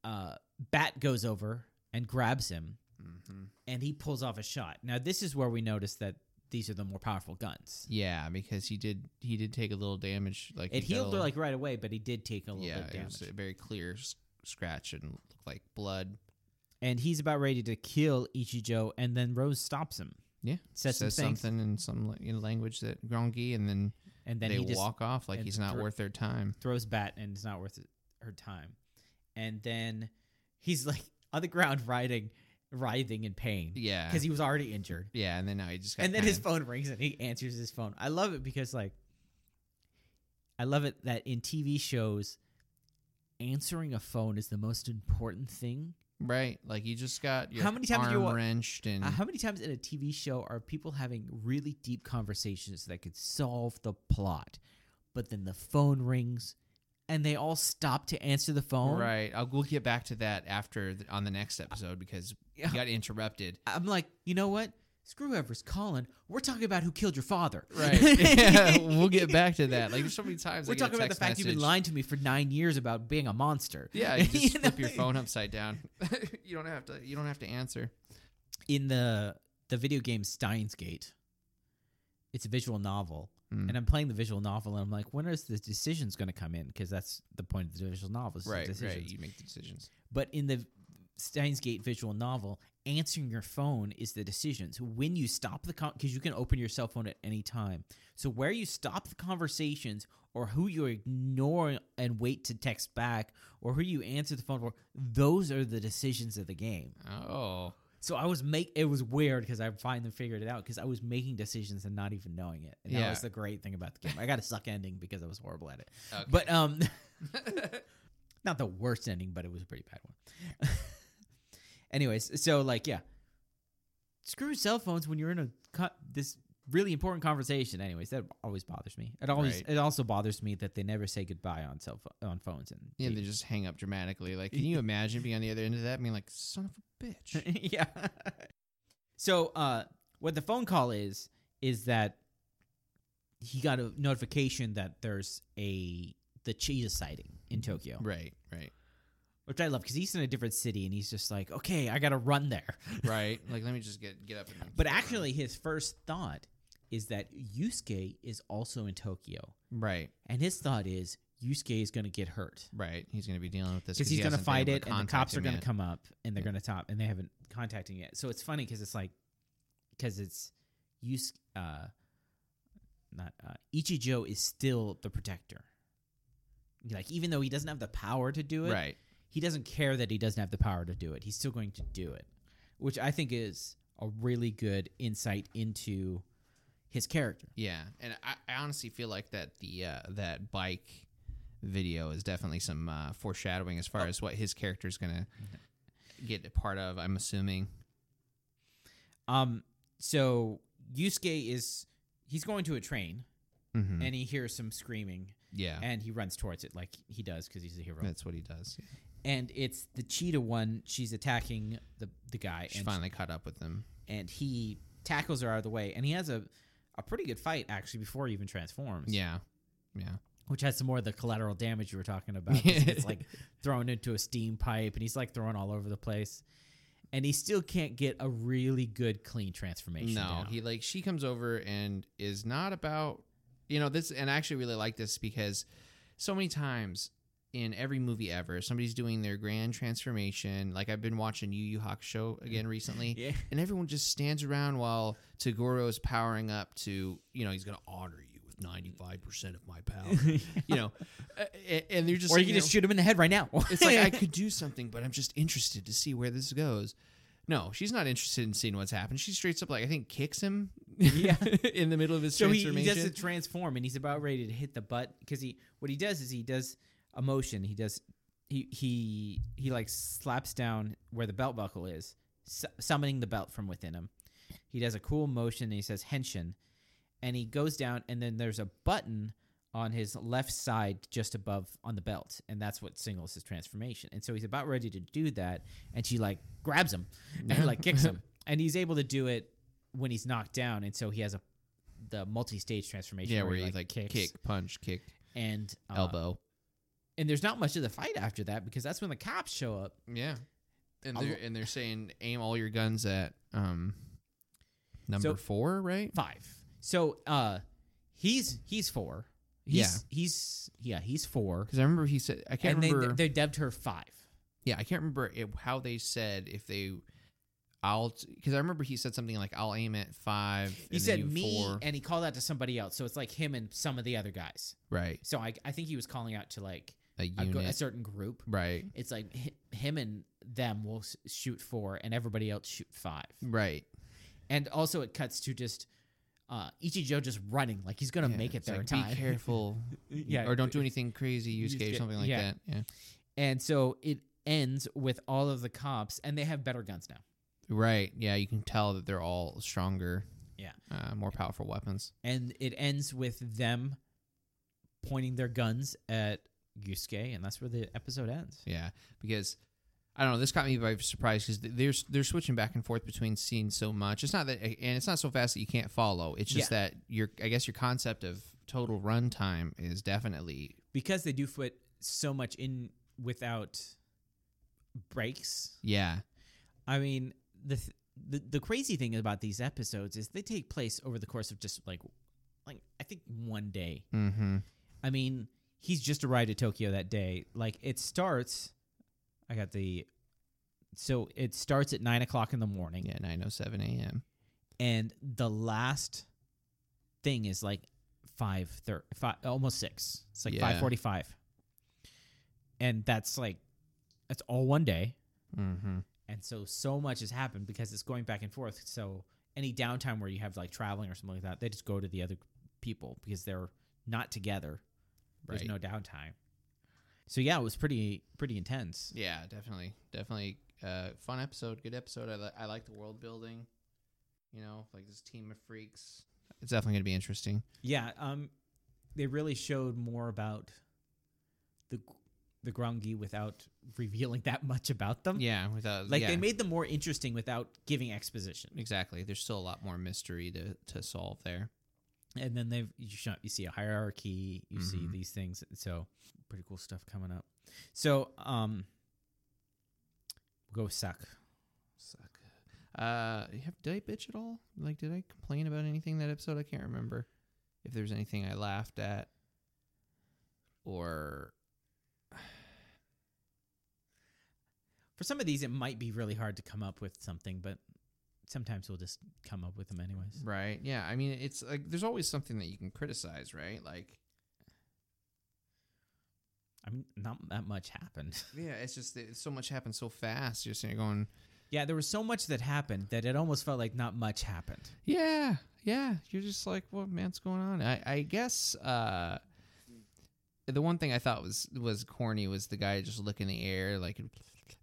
uh, Bat goes over and grabs him,
mm-hmm.
and he pulls off a shot. Now this is where we notice that these are the more powerful guns.
Yeah, because he did he did take a little damage. Like
It
he got a
healed her
little-
like right away, but he did take a little
yeah,
bit of
it
damage.
was a very clear s- scratch and looked like blood.
and he's about ready to kill Ichijo, and then Rose stops him,
Yeah,
Says some
says
things.
something in some la- in language that Grongi, and then,
and then
they
he just
walk off like
and
he's not
thro-
worth their time.
throws Bat, and it's not worth it- her time. And then he's like on the ground, writhing, writhing in pain
Yeah,
because he was already injured.
yeah, and then now he just got
and then his
kinda-
phone rings and he answers his phone. I love it because like I love it that in TV shows answering a phone is the most important thing.
right like you just got your
How many times do you
arm
wa-
wrenched and
Uh, how many times in a TV show are people having really deep conversations that could solve the plot, but then the phone rings and they all stop to answer the phone?
Right. I'll, we'll get back to that after th- on the next episode because you
Yeah.
got interrupted.
I'm like, you know what? Screw whoever's calling. We're talking about who killed your father.
Right. yeah, we'll get back to that. Like there's so many times I
We're
get a
talking about the
text
fact you've been
message.
lying to me for nine years about being a monster.
Yeah, you just
You
flip your
know?
phone upside down. you don't have to. You don't have to answer.
in the the video game Steins Gate. It's a visual novel,
Mm.
and I'm playing the visual novel, and I'm like, when is the decisions going to come in? Because that's the point of the visual novel. is the
right,
decisions.
right. You make the decisions.
But in the Steins Gate visual novel, answering your phone is the decisions. When you stop the because you can open your cell phone at any time. So where you stop the conversations, or who you ignore and wait to text back, or who you answer the phone for, those are the decisions of the game.
Oh,
So I was make it was weird because I finally figured it out because I was making decisions and not even knowing it. And that
Yeah.
was the great thing about the game. I got a suck ending because I was horrible at it.
okay.
But um not the worst ending, but it was a pretty bad one. Anyways, so like yeah. Screw cell phones when you're in a co- this really important conversation anyways that always bothers me it always
Right.
it also bothers me that they never say goodbye on cell pho- on phones and
yeah, they just hang up dramatically. Like, can you imagine being on the other end of that, and being like, "Son of a bitch."
yeah. So uh, what the phone call is is that he got a notification that there's a the cheetah sighting in Tokyo,
right, right,
which I love because he's in a different city and he's just like, okay, I gotta run there.
right. Like, let me just get get up. And
But actually, his first thought is that Yusuke is also in Tokyo,
right,
and his thought is Yusuke is gonna get hurt.
right. He's gonna be dealing with this
because he's
he
going to
hasn't been
fight
able
it, and the
contact
cops are
him
going to
yet.
come up, and they're
Yeah.
going to top, and they haven't contacted him yet. So it's funny because it's like, because it's use, uh, not uh, Ichijo is still the protector. Like even though he doesn't have the power to do it,
Right.
he doesn't care that he doesn't have the power to do it. He's still going to do it, which I think is a really good insight into his character.
Yeah, and I, I honestly feel like that the uh, that bike video is definitely some uh, foreshadowing as far
Oh.
as what his character is gonna get a part of. I'm assuming.
Um, so Yusuke is he's going to a train,
Mm-hmm.
and he hears some screaming.
yeah,
and he runs towards it like he does because he's a hero.
that's what he does.
And it's the cheetah one. She's attacking the the guy,
She
and,
finally caught up with him.
and he tackles her out of the way. And he has a a pretty good fight actually before he even transforms.
Yeah, yeah,
which has some more of the collateral damage you were talking about. 'cause He gets like thrown into a steam pipe, and he's like thrown all over the place. And he still can't get a really good clean transformation.
No,
down.
he like she comes over and is not about you know this, and I actually really like this because so many times in every movie ever, somebody's doing their grand transformation. Like I've been watching Yu Yu Hakusho again recently,
yeah.
and everyone just stands around while Tagoro is powering up to you know he's gonna honor you with ninety five percent of my power, you know, Uh, and, and they're just
or you
sitting
can
there-
just shoot him in the head right now.
it's like I could do something, but I'm just interested to see where this goes. No, she's not interested in seeing what's happened. She straight up like I think kicks him
Yeah.
in the middle of his
so he, he
transformation.
does the transform and he's about ready to hit the butt because he what he does is he does a motion he does he he he like slaps down where the belt buckle is su- summoning the belt from within him he does a cool motion and he says henshin and he goes down and then there's a button on his left side just above on the belt and that's what signals his transformation and so he's about ready to do that and she like grabs him and like kicks him and he's able to do it when he's knocked down and so he has a the multi-stage transformation
yeah,
where, he
like,
kicks
kick, punch, kick,
and uh,
elbow.
and there's not much of the fight after that because that's when the cops show up
Yeah, and
I'll-
they're and they're saying aim all your guns at um number
So-
four, right?
five so uh he's he's four he's he's yeah he's four
Because I remember he said I can't
and
remember.
they they dubbed her five
yeah, I can't remember it, how they said if they. I'll because I remember he said something like I'll aim at five.
he
and then
said
you
me
four.
and he called out to somebody else so it's like him and some of the other guys
right
so i, I think he was calling out to like
a
a,
unit
gr- a certain group
right
it's like hi- him and them will s- shoot four and everybody else shoot five
right
and also it cuts to just uh ichijo just running like he's gonna
Yeah,
make it
it's
there
like,
in
Be
time
careful.
Yeah,
Or don't do anything crazy,
you just
Yusuke,
get-
or something like
yeah.
that. Yeah.
and so it ends with all of the cops and they have better guns now
Right. Yeah. You can tell that they're all stronger.
Yeah.
Uh, more powerful weapons.
and it ends with them pointing their guns at Yusuke, and that's where the episode ends.
Yeah. Because I don't know. This caught me by surprise because they're s- they're switching back and forth between scenes so much. It's not that, and it's not so fast that you can't follow. It's just that your I guess your concept of total runtime is definitely
Because they do put so much in without breaks.
yeah
I mean, the th- the, the crazy thing about these episodes is they take place over the course of just like like I think think one day.
Mm-hmm.
I mean, he's just arrived at Tokyo that day. Like it starts. I got the. So it starts at nine o'clock in the morning,
Yeah, nine oh seven a.m.
and the last thing is like five thirty, five almost six. It's like
Yeah.
five forty-five, and that's like that's all one day.
Mm-hmm.
And so so much has happened because it's going back and forth. So any downtime where you have like traveling or something like that, they just go to the other people because they're not together. There's
Right.
no downtime. So yeah, it was pretty pretty intense.
Yeah, definitely, definitely. Uh, fun episode, good episode. I, li- I like the world building. You know, like this team of freaks. It's definitely gonna be interesting.
Yeah, um they really showed more about the the Grungi without revealing that much about them.
Yeah, without
Like
yeah,
they made them more interesting without giving exposition.
exactly. There's still a lot more mystery to to solve there.
and then they've you, sh- you see a hierarchy you see
Mhm.
these things so pretty cool stuff coming up so um we'll go suck
Suck. Uh, you have, did I bitch at all? Like, did I complain about anything that episode? I can't remember if there's anything I laughed at or
for some of these it might be really hard to come up with something but sometimes we'll just come up with them anyways
right. Yeah, I mean, it's like there's always something that you can criticize, right? Like,
i mean not that much happened
yeah, it's just that so much happens so fast. You're sitting there going,
yeah there was so much that happened that it almost felt like not much happened
Yeah, yeah. You're just like, what man's going on? I, I guess uh, the one thing I thought was was corny was the guy just looking in the air like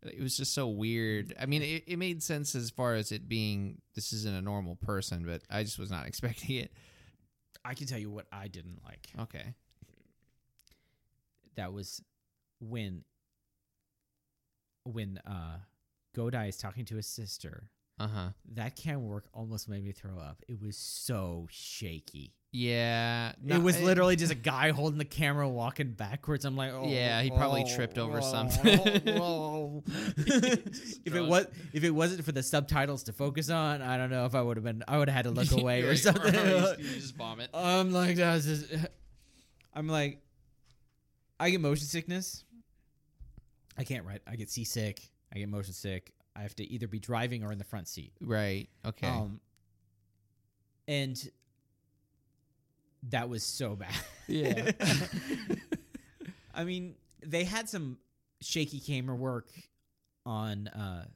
it was just so weird. I mean, it, it made sense as far as it being this isn't a normal person, but I just was not expecting it.
i can tell you what i didn't like
Okay.
Uh, that was when when uh godai is talking to his sister
Uh huh.
That camera work almost made me throw up. It was so shaky.
Yeah. no,
it was literally just a guy holding the camera walking backwards. I'm like, oh,
Yeah, he probably
oh,
tripped over
oh,
something.
oh, oh. if it
drunk.
was, if it wasn't for the subtitles to focus on, I don't know if I would have been. I would have had to look away
You're
or
like,
something.
you just vomit.
I'm like, that was just, I'm like, I get motion sickness. I can't write. I get seasick. I get motion sick. I have to either be driving or in the front seat.
Right. Okay.
Um, and that was so bad.
yeah.
I mean, they had some shaky camera work on uh,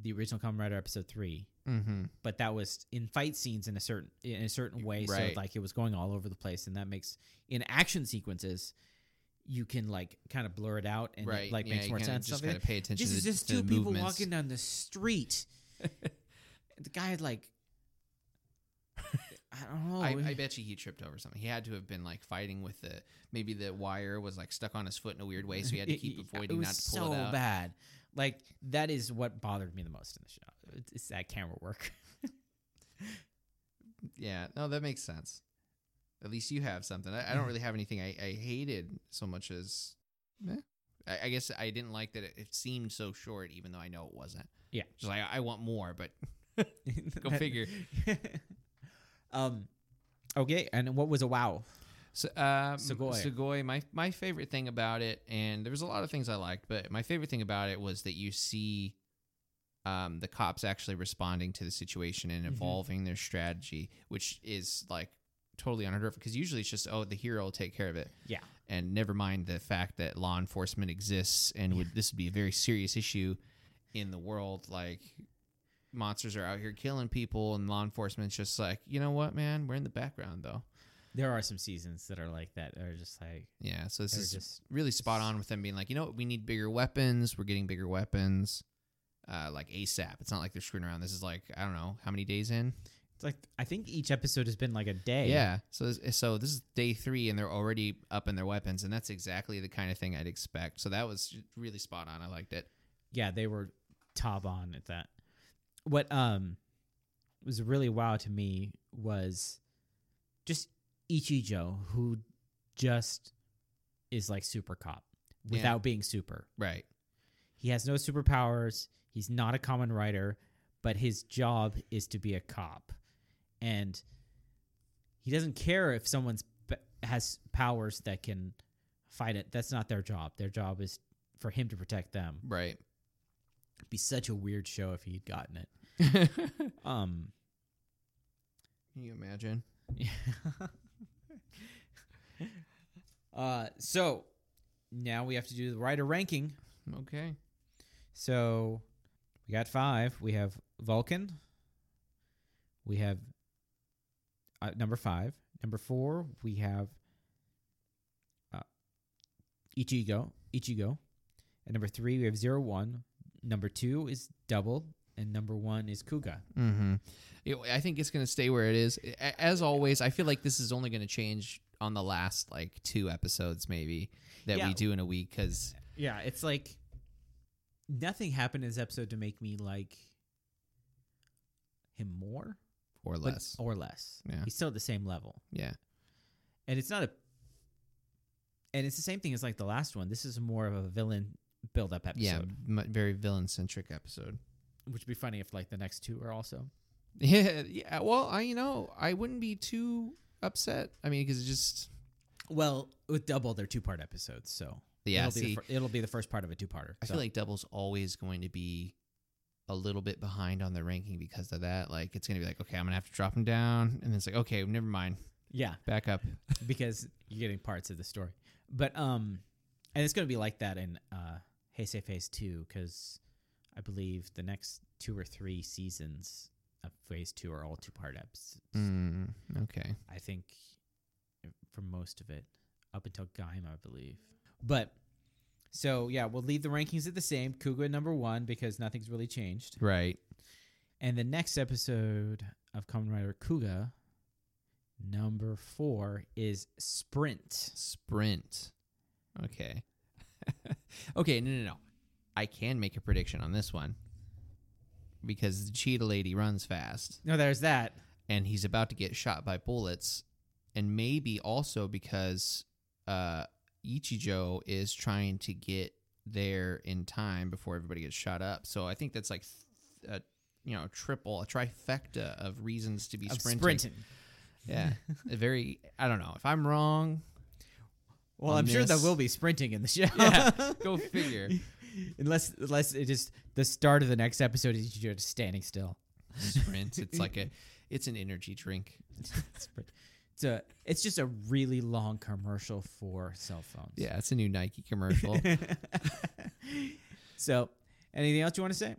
the original Kamen Rider episode three,
mm-hmm.
but that was in fight scenes in a certain in a certain way.
Right.
So like it was going all over the place, and that makes in action sequences you can like kind of blur it out and
Right.
it, like
yeah,
makes
you
more
kinda
sense.
Just
Something
gotta pay attention.
this
to
is
the-
just
to the
two people
movements.
walking down the street. the guy had like, I don't know.
I, I bet you he tripped over something. He had to have been like fighting with the maybe the wire was like stuck on his foot in a weird way, so he had to
It-
keep
it-
avoiding
it was
not to pull
so
it out.
bad. Like that is what bothered me the most in the show. It's- It's that camera work.
Yeah, no, that makes sense. At least you have something. I, I don't really have anything I, I hated so much as. eh. I, I guess I didn't like that it, it seemed so short, even though I know it wasn't.
Yeah.
just like I want more, but Go figure.
um. Okay, and what was a wow?
So, um,
Sugoi.
Sugoi, My my favorite thing about it, and there was a lot of things I liked, but my favorite thing about it was that you see um, the cops actually responding to the situation and
Mhm.
evolving their strategy, which is like totally unheard of. Because usually it's just oh the hero will take care of it,
Yeah.
and never mind the fact that law enforcement exists and would this would be a very serious issue in the world. Like monsters are out here killing people, and law enforcement's just like you know what, man, we're in the background though.
There are some seasons that are like that. Are just like
Yeah, so this
they're
is
just
really spot on with them being like, you know what, we need bigger weapons. We're getting bigger weapons, uh, like ASAP. It's not like they're screwing around. This is like I don't know how many days in.
it's like I think each episode has been like a day.
Yeah. So this, so this is day three, and they're already up in their weapons, and that's exactly the kind of thing I'd expect. So that was really spot on. I liked it.
yeah, they were top on at that. What um was really wow to me was just Ichijo, who just is like super cop
Yeah.
without being super.
Right.
He has no superpowers. He's not a common writer, but his job is to be a cop, and he's He doesn't care if someone's p- has powers that can fight it. That's not their job. Their job is for him to protect them.
Right.
It'd be such a weird show if he'd gotten it.
Can
Um,
you imagine?
uh, so now we have to do the writer ranking.
Okay.
So we got five. We have Vulcan. We have uh, number five. Number four, we have uh, Ichigo. Ichigo. And number three, we have Zero One. Number two is Double. And number one is Kuga.
Mm-hmm. I think it's going to stay where it is. A- As always, I feel like this is only going to change on the last like two episodes, maybe that
Yeah.
we do in a week. Because
Yeah, it's like nothing happened in this episode to make me like him more
or
but-
less.
or less.
Yeah.
He's still at the same level.
yeah.
And it's not a and it's the same thing as like the last one. This is more of a villain build up episode.
Yeah. M- very villain centric episode.
Which would be funny if like the next two are also.
Yeah. Yeah. Well, I you know I wouldn't be too upset. I mean, because just
Well, with double they're two part episodes, so
yeah.
it'll,
see,
be the fir- it'll be the first part of a two parter.
I feel like Double's always going to be a little bit behind on the ranking because of that. Like it's gonna be like, okay, I'm gonna have to drop him down, and it's like, okay, never mind,
Yeah.
back up.
because you're getting parts of the story. But um, and it's going to be like that in uh, Heisei Phase Two because I believe the next two or three seasons of Phase Two are all two part eps.
Mm, okay.
I think for most of it, up until Gaim, I believe. But so yeah, we'll leave the rankings at the same. Kuga at number one because nothing's really changed.
Right.
And the next episode of Common Rider Kuga, number four is Sprint.
Sprint. Okay. okay, no, no, no. I can make a prediction on this one because the cheetah lady runs fast
No, there's that.
and he's about to get shot by bullets, and maybe also because uh, Ichijo is trying to get there in time before everybody gets shot up. So I think that's like. Th- a, you know, triple, a trifecta of reasons to be
Of
sprinting.
sprinting.
Yeah. A very, I don't know. If I'm wrong,
Well,
on
I'm sure there
this.
will be sprinting in the show.
Yeah, go figure.
unless unless it is the start of the next episode is you just standing still.
Sprint. It's like a, it's an energy drink.
Sprint. It's a it's just a really long commercial for cell phones.
Yeah, it's a new Nike commercial.
so, anything else you want to say?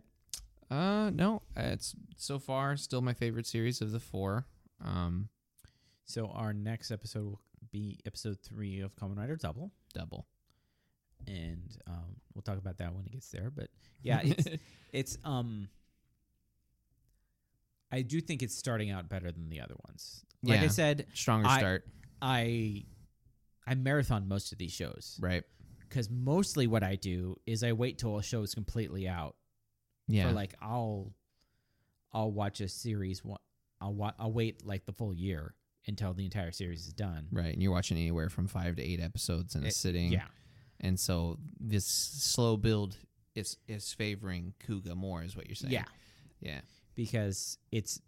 uh, no, uh, it's so far still my favorite series of the four. Um,
So our next episode will be episode three of Common Rider Double,
double.
and um, we'll talk about that when it gets there. But yeah, it's it's um. I do think it's starting out better than the other ones. Like I
Yeah.
said,
stronger
I-
start,
I I marathon most of these shows
right?
because mostly what I do is I wait till a show is completely out.
Yeah,
For like I'll I'll watch a series. wa- I'll wa- I'll wait like the full year until the entire series is done.
right. And you're watching anywhere from five to eight episodes in a
It-
sitting.
Yeah,
and so this slow build is is favoring Kuga more, is what you're saying.
yeah,
yeah,
because it's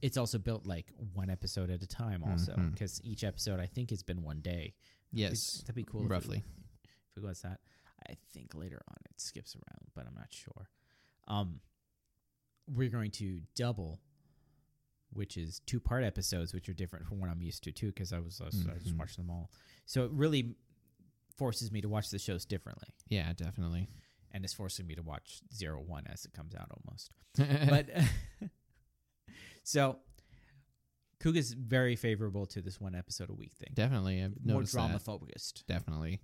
it's also built like one episode at a time. Also,
Mhm.
because each episode I think has been one day. That'd be-
yes.
that'd be cool. if we-
roughly.
if we go as that. I think later on it skips around, but I'm not sure. Um, we're going to double, which is two part episodes, which are different from what I'm used to too, because I was I was I was just
Mhm.
watching them all. So it really forces me to watch the shows differently,
Yeah, definitely.
and it's forcing me to watch Zero One as it comes out almost. But so. Kuga's very favorable to this one episode a week thing.
definitely, I've
More
noticed
drama
that.
focused.
Definitely.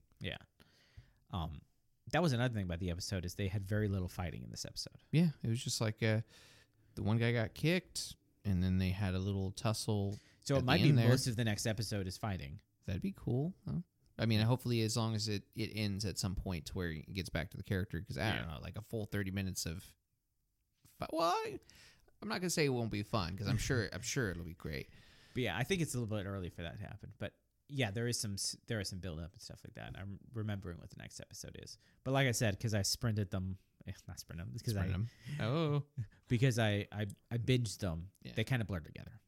Um, that was another thing about the episode is they had very little fighting in this episode.
Yeah, it was just like uh, the one guy got kicked, and then they had a little tussle.
So
At
it
the
might be
end there-
most of the next episode is fighting.
That'd be cool. Huh? I mean, hopefully, as long as it it ends at some point to where it gets back to the character, because I don't
Yeah.
know, like a full thirty minutes of. But well, I, I'm not gonna say it won't be fun because I'm sure I'm sure it'll be great.
But yeah, I think it's a little bit early for that to happen. But yeah, there is some s- there is some build up and stuff like that. I'm remembering what the next episode is. But like I said, because I sprinted them, eh, not sprinted them, because
Spread
I
'em. Oh,
because I I, I binged them.
Yeah.
They kind of blur together.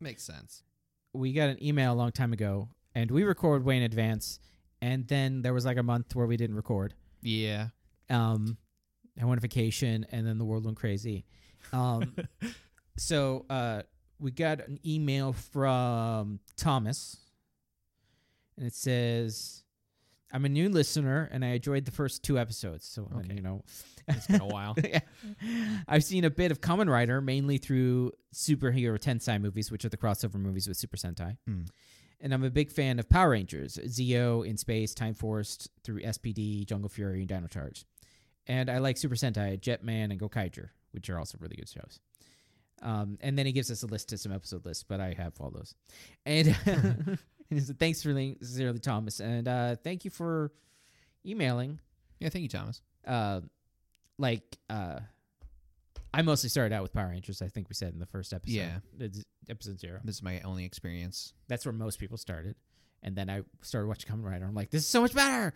makes sense.
we got an email a long time ago, and we record way in advance, and then there was like a month where we didn't record.
Yeah.
Um, I went on vacation, and then the world went crazy. Um, so uh, we got an email from Thomas, and it says, "I'm a new listener, and I enjoyed the first two episodes." So I mean,
Okay.
you know,
It's been a while.
yeah. I've seen a bit of Kamen Rider mainly through superhero Tensai movies, which are the crossover movies with Super Sentai.
Hmm.
And I'm a big fan of Power Rangers, Zeo in Space, Time Force through SPD, Jungle Fury, and Dino Charge. And I like Super Sentai, Jetman, and Gokaiger, which are also really good shows. Um, and then he gives us a list to some episode lists, but I have all those. And, and he said, thanks for link- sincerely, Thomas. And uh, thank you for emailing
Yeah, thank you, Thomas.
uh, like uh, I mostly started out with Power Rangers. I think we said in the first episode,
Yeah.
It's episode zero.
This is my only experience.
That's where most people started, and then I started watching Kamen Rider. I'm like, this is so much better.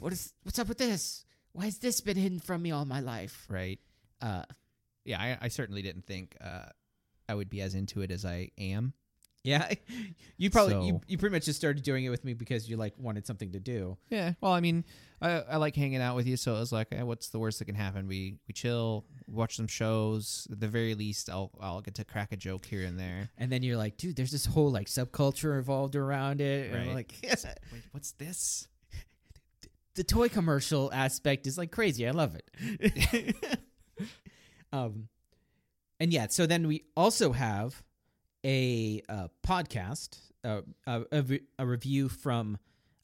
What is what's up with this? Why has this been hidden from me all my life?
Right.
Uh,
Yeah, I, I certainly didn't think uh, I would be as into it as I am.
yeah, you probably you,
So-
you pretty much just started doing it with me because you like wanted something to do.
Yeah. Well, I mean, I, I like hanging out with you, so I was like, eh, what's the worst that can happen? We we chill, watch some shows. At the very least, I'll I'll get to crack a joke here and there.
And then you're like, dude, there's this whole like subculture involved around it. And I'm
Right.
like
Wait, what's this?
the toy commercial aspect is like crazy. I love it. um, and yeah, so then we also have a uh, podcast, uh, a, a, re- a review from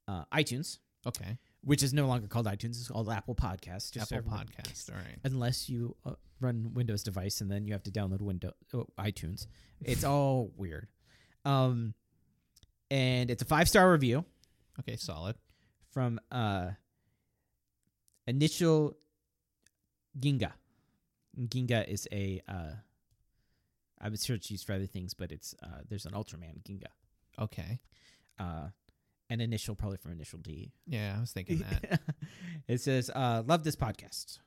uh, iTunes,
Okay.
which is no longer called iTunes; it's called Apple Podcasts. just so
Apple
everyone-
Podcast. All right.
Unless you uh, run Windows device and then you have to download Windows oh, iTunes, it's all weird. Um, and it's a five star review
Okay. Solid.
from uh initial ginga ginga is a uh i would sure it's used for other things but it's uh there's an ultraman ginga
Okay.
uh an initial probably from initial d
Yeah, I was thinking that.
it says uh love this podcast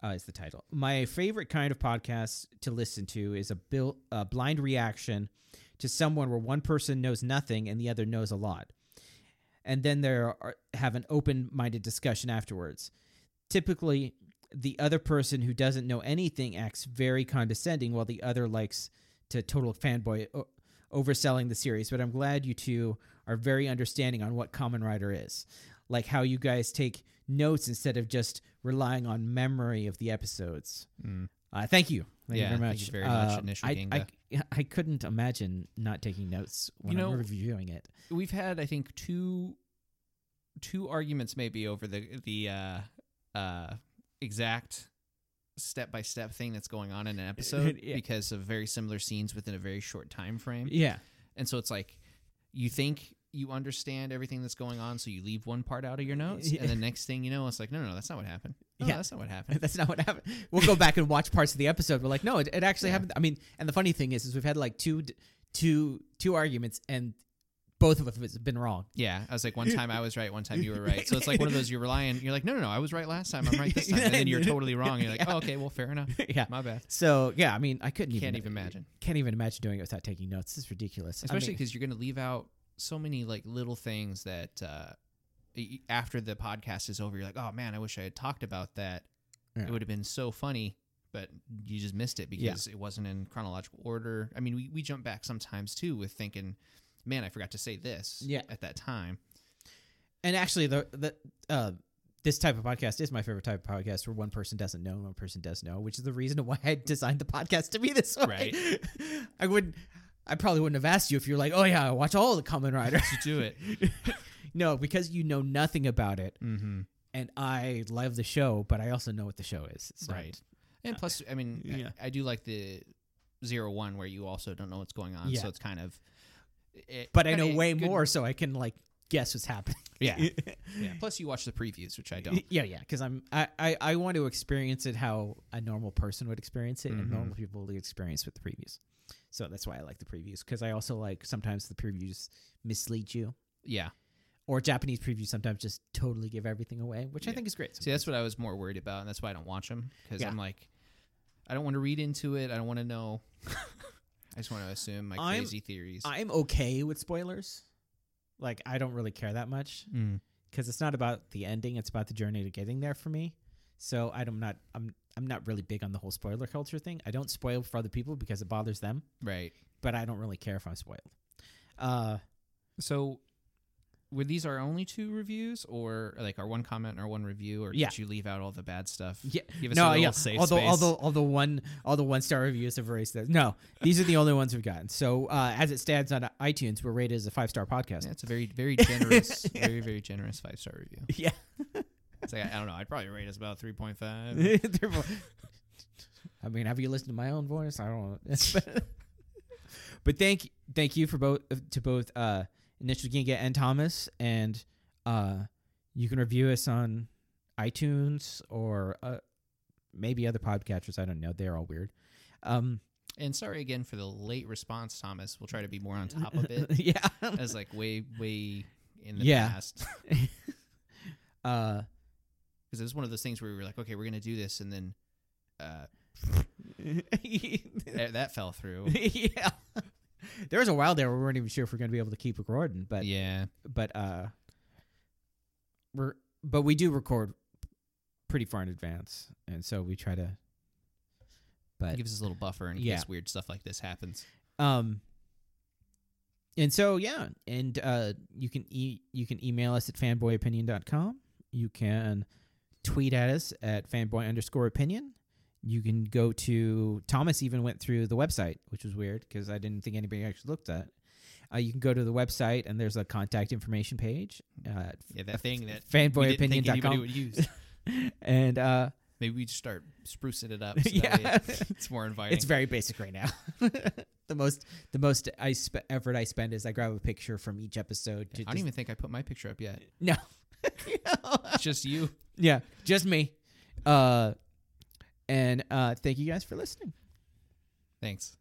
uh, is the title. My favorite kind of podcast to listen to is a, bil- a blind reaction to someone where one person knows nothing and the other knows a lot. And then they are, have an open minded discussion afterwards. Typically, the other person who doesn't know anything acts very condescending, while the other likes to total fanboy o- overselling the series. But I'm glad you two are very understanding on what Common Rider is, like how you guys take notes instead of just relying on memory of the episodes.
Mm.
Uh, thank you. Thank
Yeah,
you very much.
thank you very much,
Uh,
Initial
I, I,
Ginga.
yeah, I couldn't imagine not taking notes when
You
I'm
know-
reviewing it.
We've had, I think, two two arguments maybe over the the uh, uh, exact step by step thing that's going on in an episode
Yeah.
because of very similar scenes within a very short time frame.
Yeah.
And so it's like you think you understand everything that's going on, so you leave one part out of your notes,
Yeah.
and the next thing you know, it's like, no, no, no that's not what happened. No,
Yeah.
that's not what happened.
That's not what happened. We'll go back and watch parts of the episode. We're like, no, it, it actually
Yeah.
happened. I mean, and the funny thing is, is we've had like two, d- two, two arguments, and both of us have been wrong.
Yeah, I was like, one time I was right, one time you were right. So it's like one of those you're relying. You're like, no, no, no, I was right last time. I'm right this time, and then you're totally wrong. You're like, oh, okay, well, fair enough.
yeah.
My bad.
So yeah, I mean, I couldn't even,
Can't even imagine,
Can't even imagine doing it without taking notes. It's ridiculous. I
especially
mean,
because you're going to leave out so many like little things that uh, y- after the podcast is over, you're like, oh man, I wish I had talked about that.
Yeah.
It would have been so funny, but you just missed it
Yeah.
because it wasn't in chronological order. I mean, we we jump back sometimes too with thinking, man, I forgot to say this.
Yeah.
at that time.
and actually, the the uh, this type of podcast is my favorite type of podcast, where one person doesn't know, and one person does know, which is the reason why I designed the podcast to be this way.
Right.
I wouldn't. I probably wouldn't have asked you if you're like, oh yeah, I watch all the Common Rider.
To do it.
no, because you know nothing about it,
mm-hmm.
and I love the show, but I also know what the show is. It's not-
right and plus i mean I-
yeah.
I, do like the zero one where you also don't know what's going on
Yeah.
so it's kind of it-
but I
kinda
know
a
way
good-
more, so I can like guess what's happening.
yeah. yeah plus you watch the previews which i don't
Yeah, yeah, because I'm I, I I want to experience it how a normal person would experience it, and
Mhm.
normal people would experience with the previews. So that's why I like the previews because I also like sometimes the previews mislead you,
yeah
or Japanese previews sometimes just totally give everything away, which I
Yeah.
think is great.
see that's what i was more worried about and that's why i don't watch them because
Yeah.
i'm like i don't want to read into it i don't want to know I just want to assume my
I'm-
crazy theories.
I'm okay with spoilers. Like I don't really care that much
Mm.
because it's not about the ending; it's about the journey to getting there for me. So I'm not I'm I'm not really big on the whole spoiler culture thing. I don't spoil for other people because it bothers them,
Right.
but I don't really care if I'm spoiled. Uh,
So, were these our only two reviews, or like our one comment or one review, or
Yeah.
did you leave out all the bad stuff?
yeah,
Give us a
no,
little
yeah.
safe
although,
space.
although, although one, all the one star reviews have erased that. No, these are the only ones we've gotten. So uh, as it stands on iTunes, we're rated as a five star podcast.
Yeah, it's a very, very generous, very, very generous five star review.
Yeah.
It's like, I don't know. I'd probably rate us about three point five.
They're bo- I mean, have you listened to my own voice? I don't. know. but thank thank you for both to both uh, Initial Ginga and Thomas, and uh, you can review us on iTunes or uh, maybe other podcatchers. I don't know. They're all weird. Um,
And sorry again for the late response, Thomas. We'll try to be more on top of it.
yeah.
As like way, way in the
Yeah.
past,
Uh,
because it was one of those things where we were like, okay, we're gonna do this, and then uh, that, that fell through.
yeah. There was a while there where we weren't even sure if we are going to be able to keep recording, but
yeah,
but uh we're but we do record pretty far in advance and so we try to
it
but
gives us a little buffer in
Yeah.
case weird stuff like this happens.
um and so yeah and uh you can e- you can email us at fanboyopinion.com you can tweet at us at fanboy underscore opinion you can go to thomas even went through the website which was weird because i didn't think anybody actually looked at it. uh, you can go to the website and there's a contact information page uh,
Yeah, that thing that we didn't think anybody
fanboyopinion.com
would use.
and uh
Maybe we just start sprucing it up. So
Yeah.
that way it's more inviting.
it's very basic right now the most the most i sp- effort i spend is i grab a picture from each episode to
I don't
just-
even think I put my picture up yet.
no
It's just you.
yeah just me uh and uh thank you guys for listening
Thanks.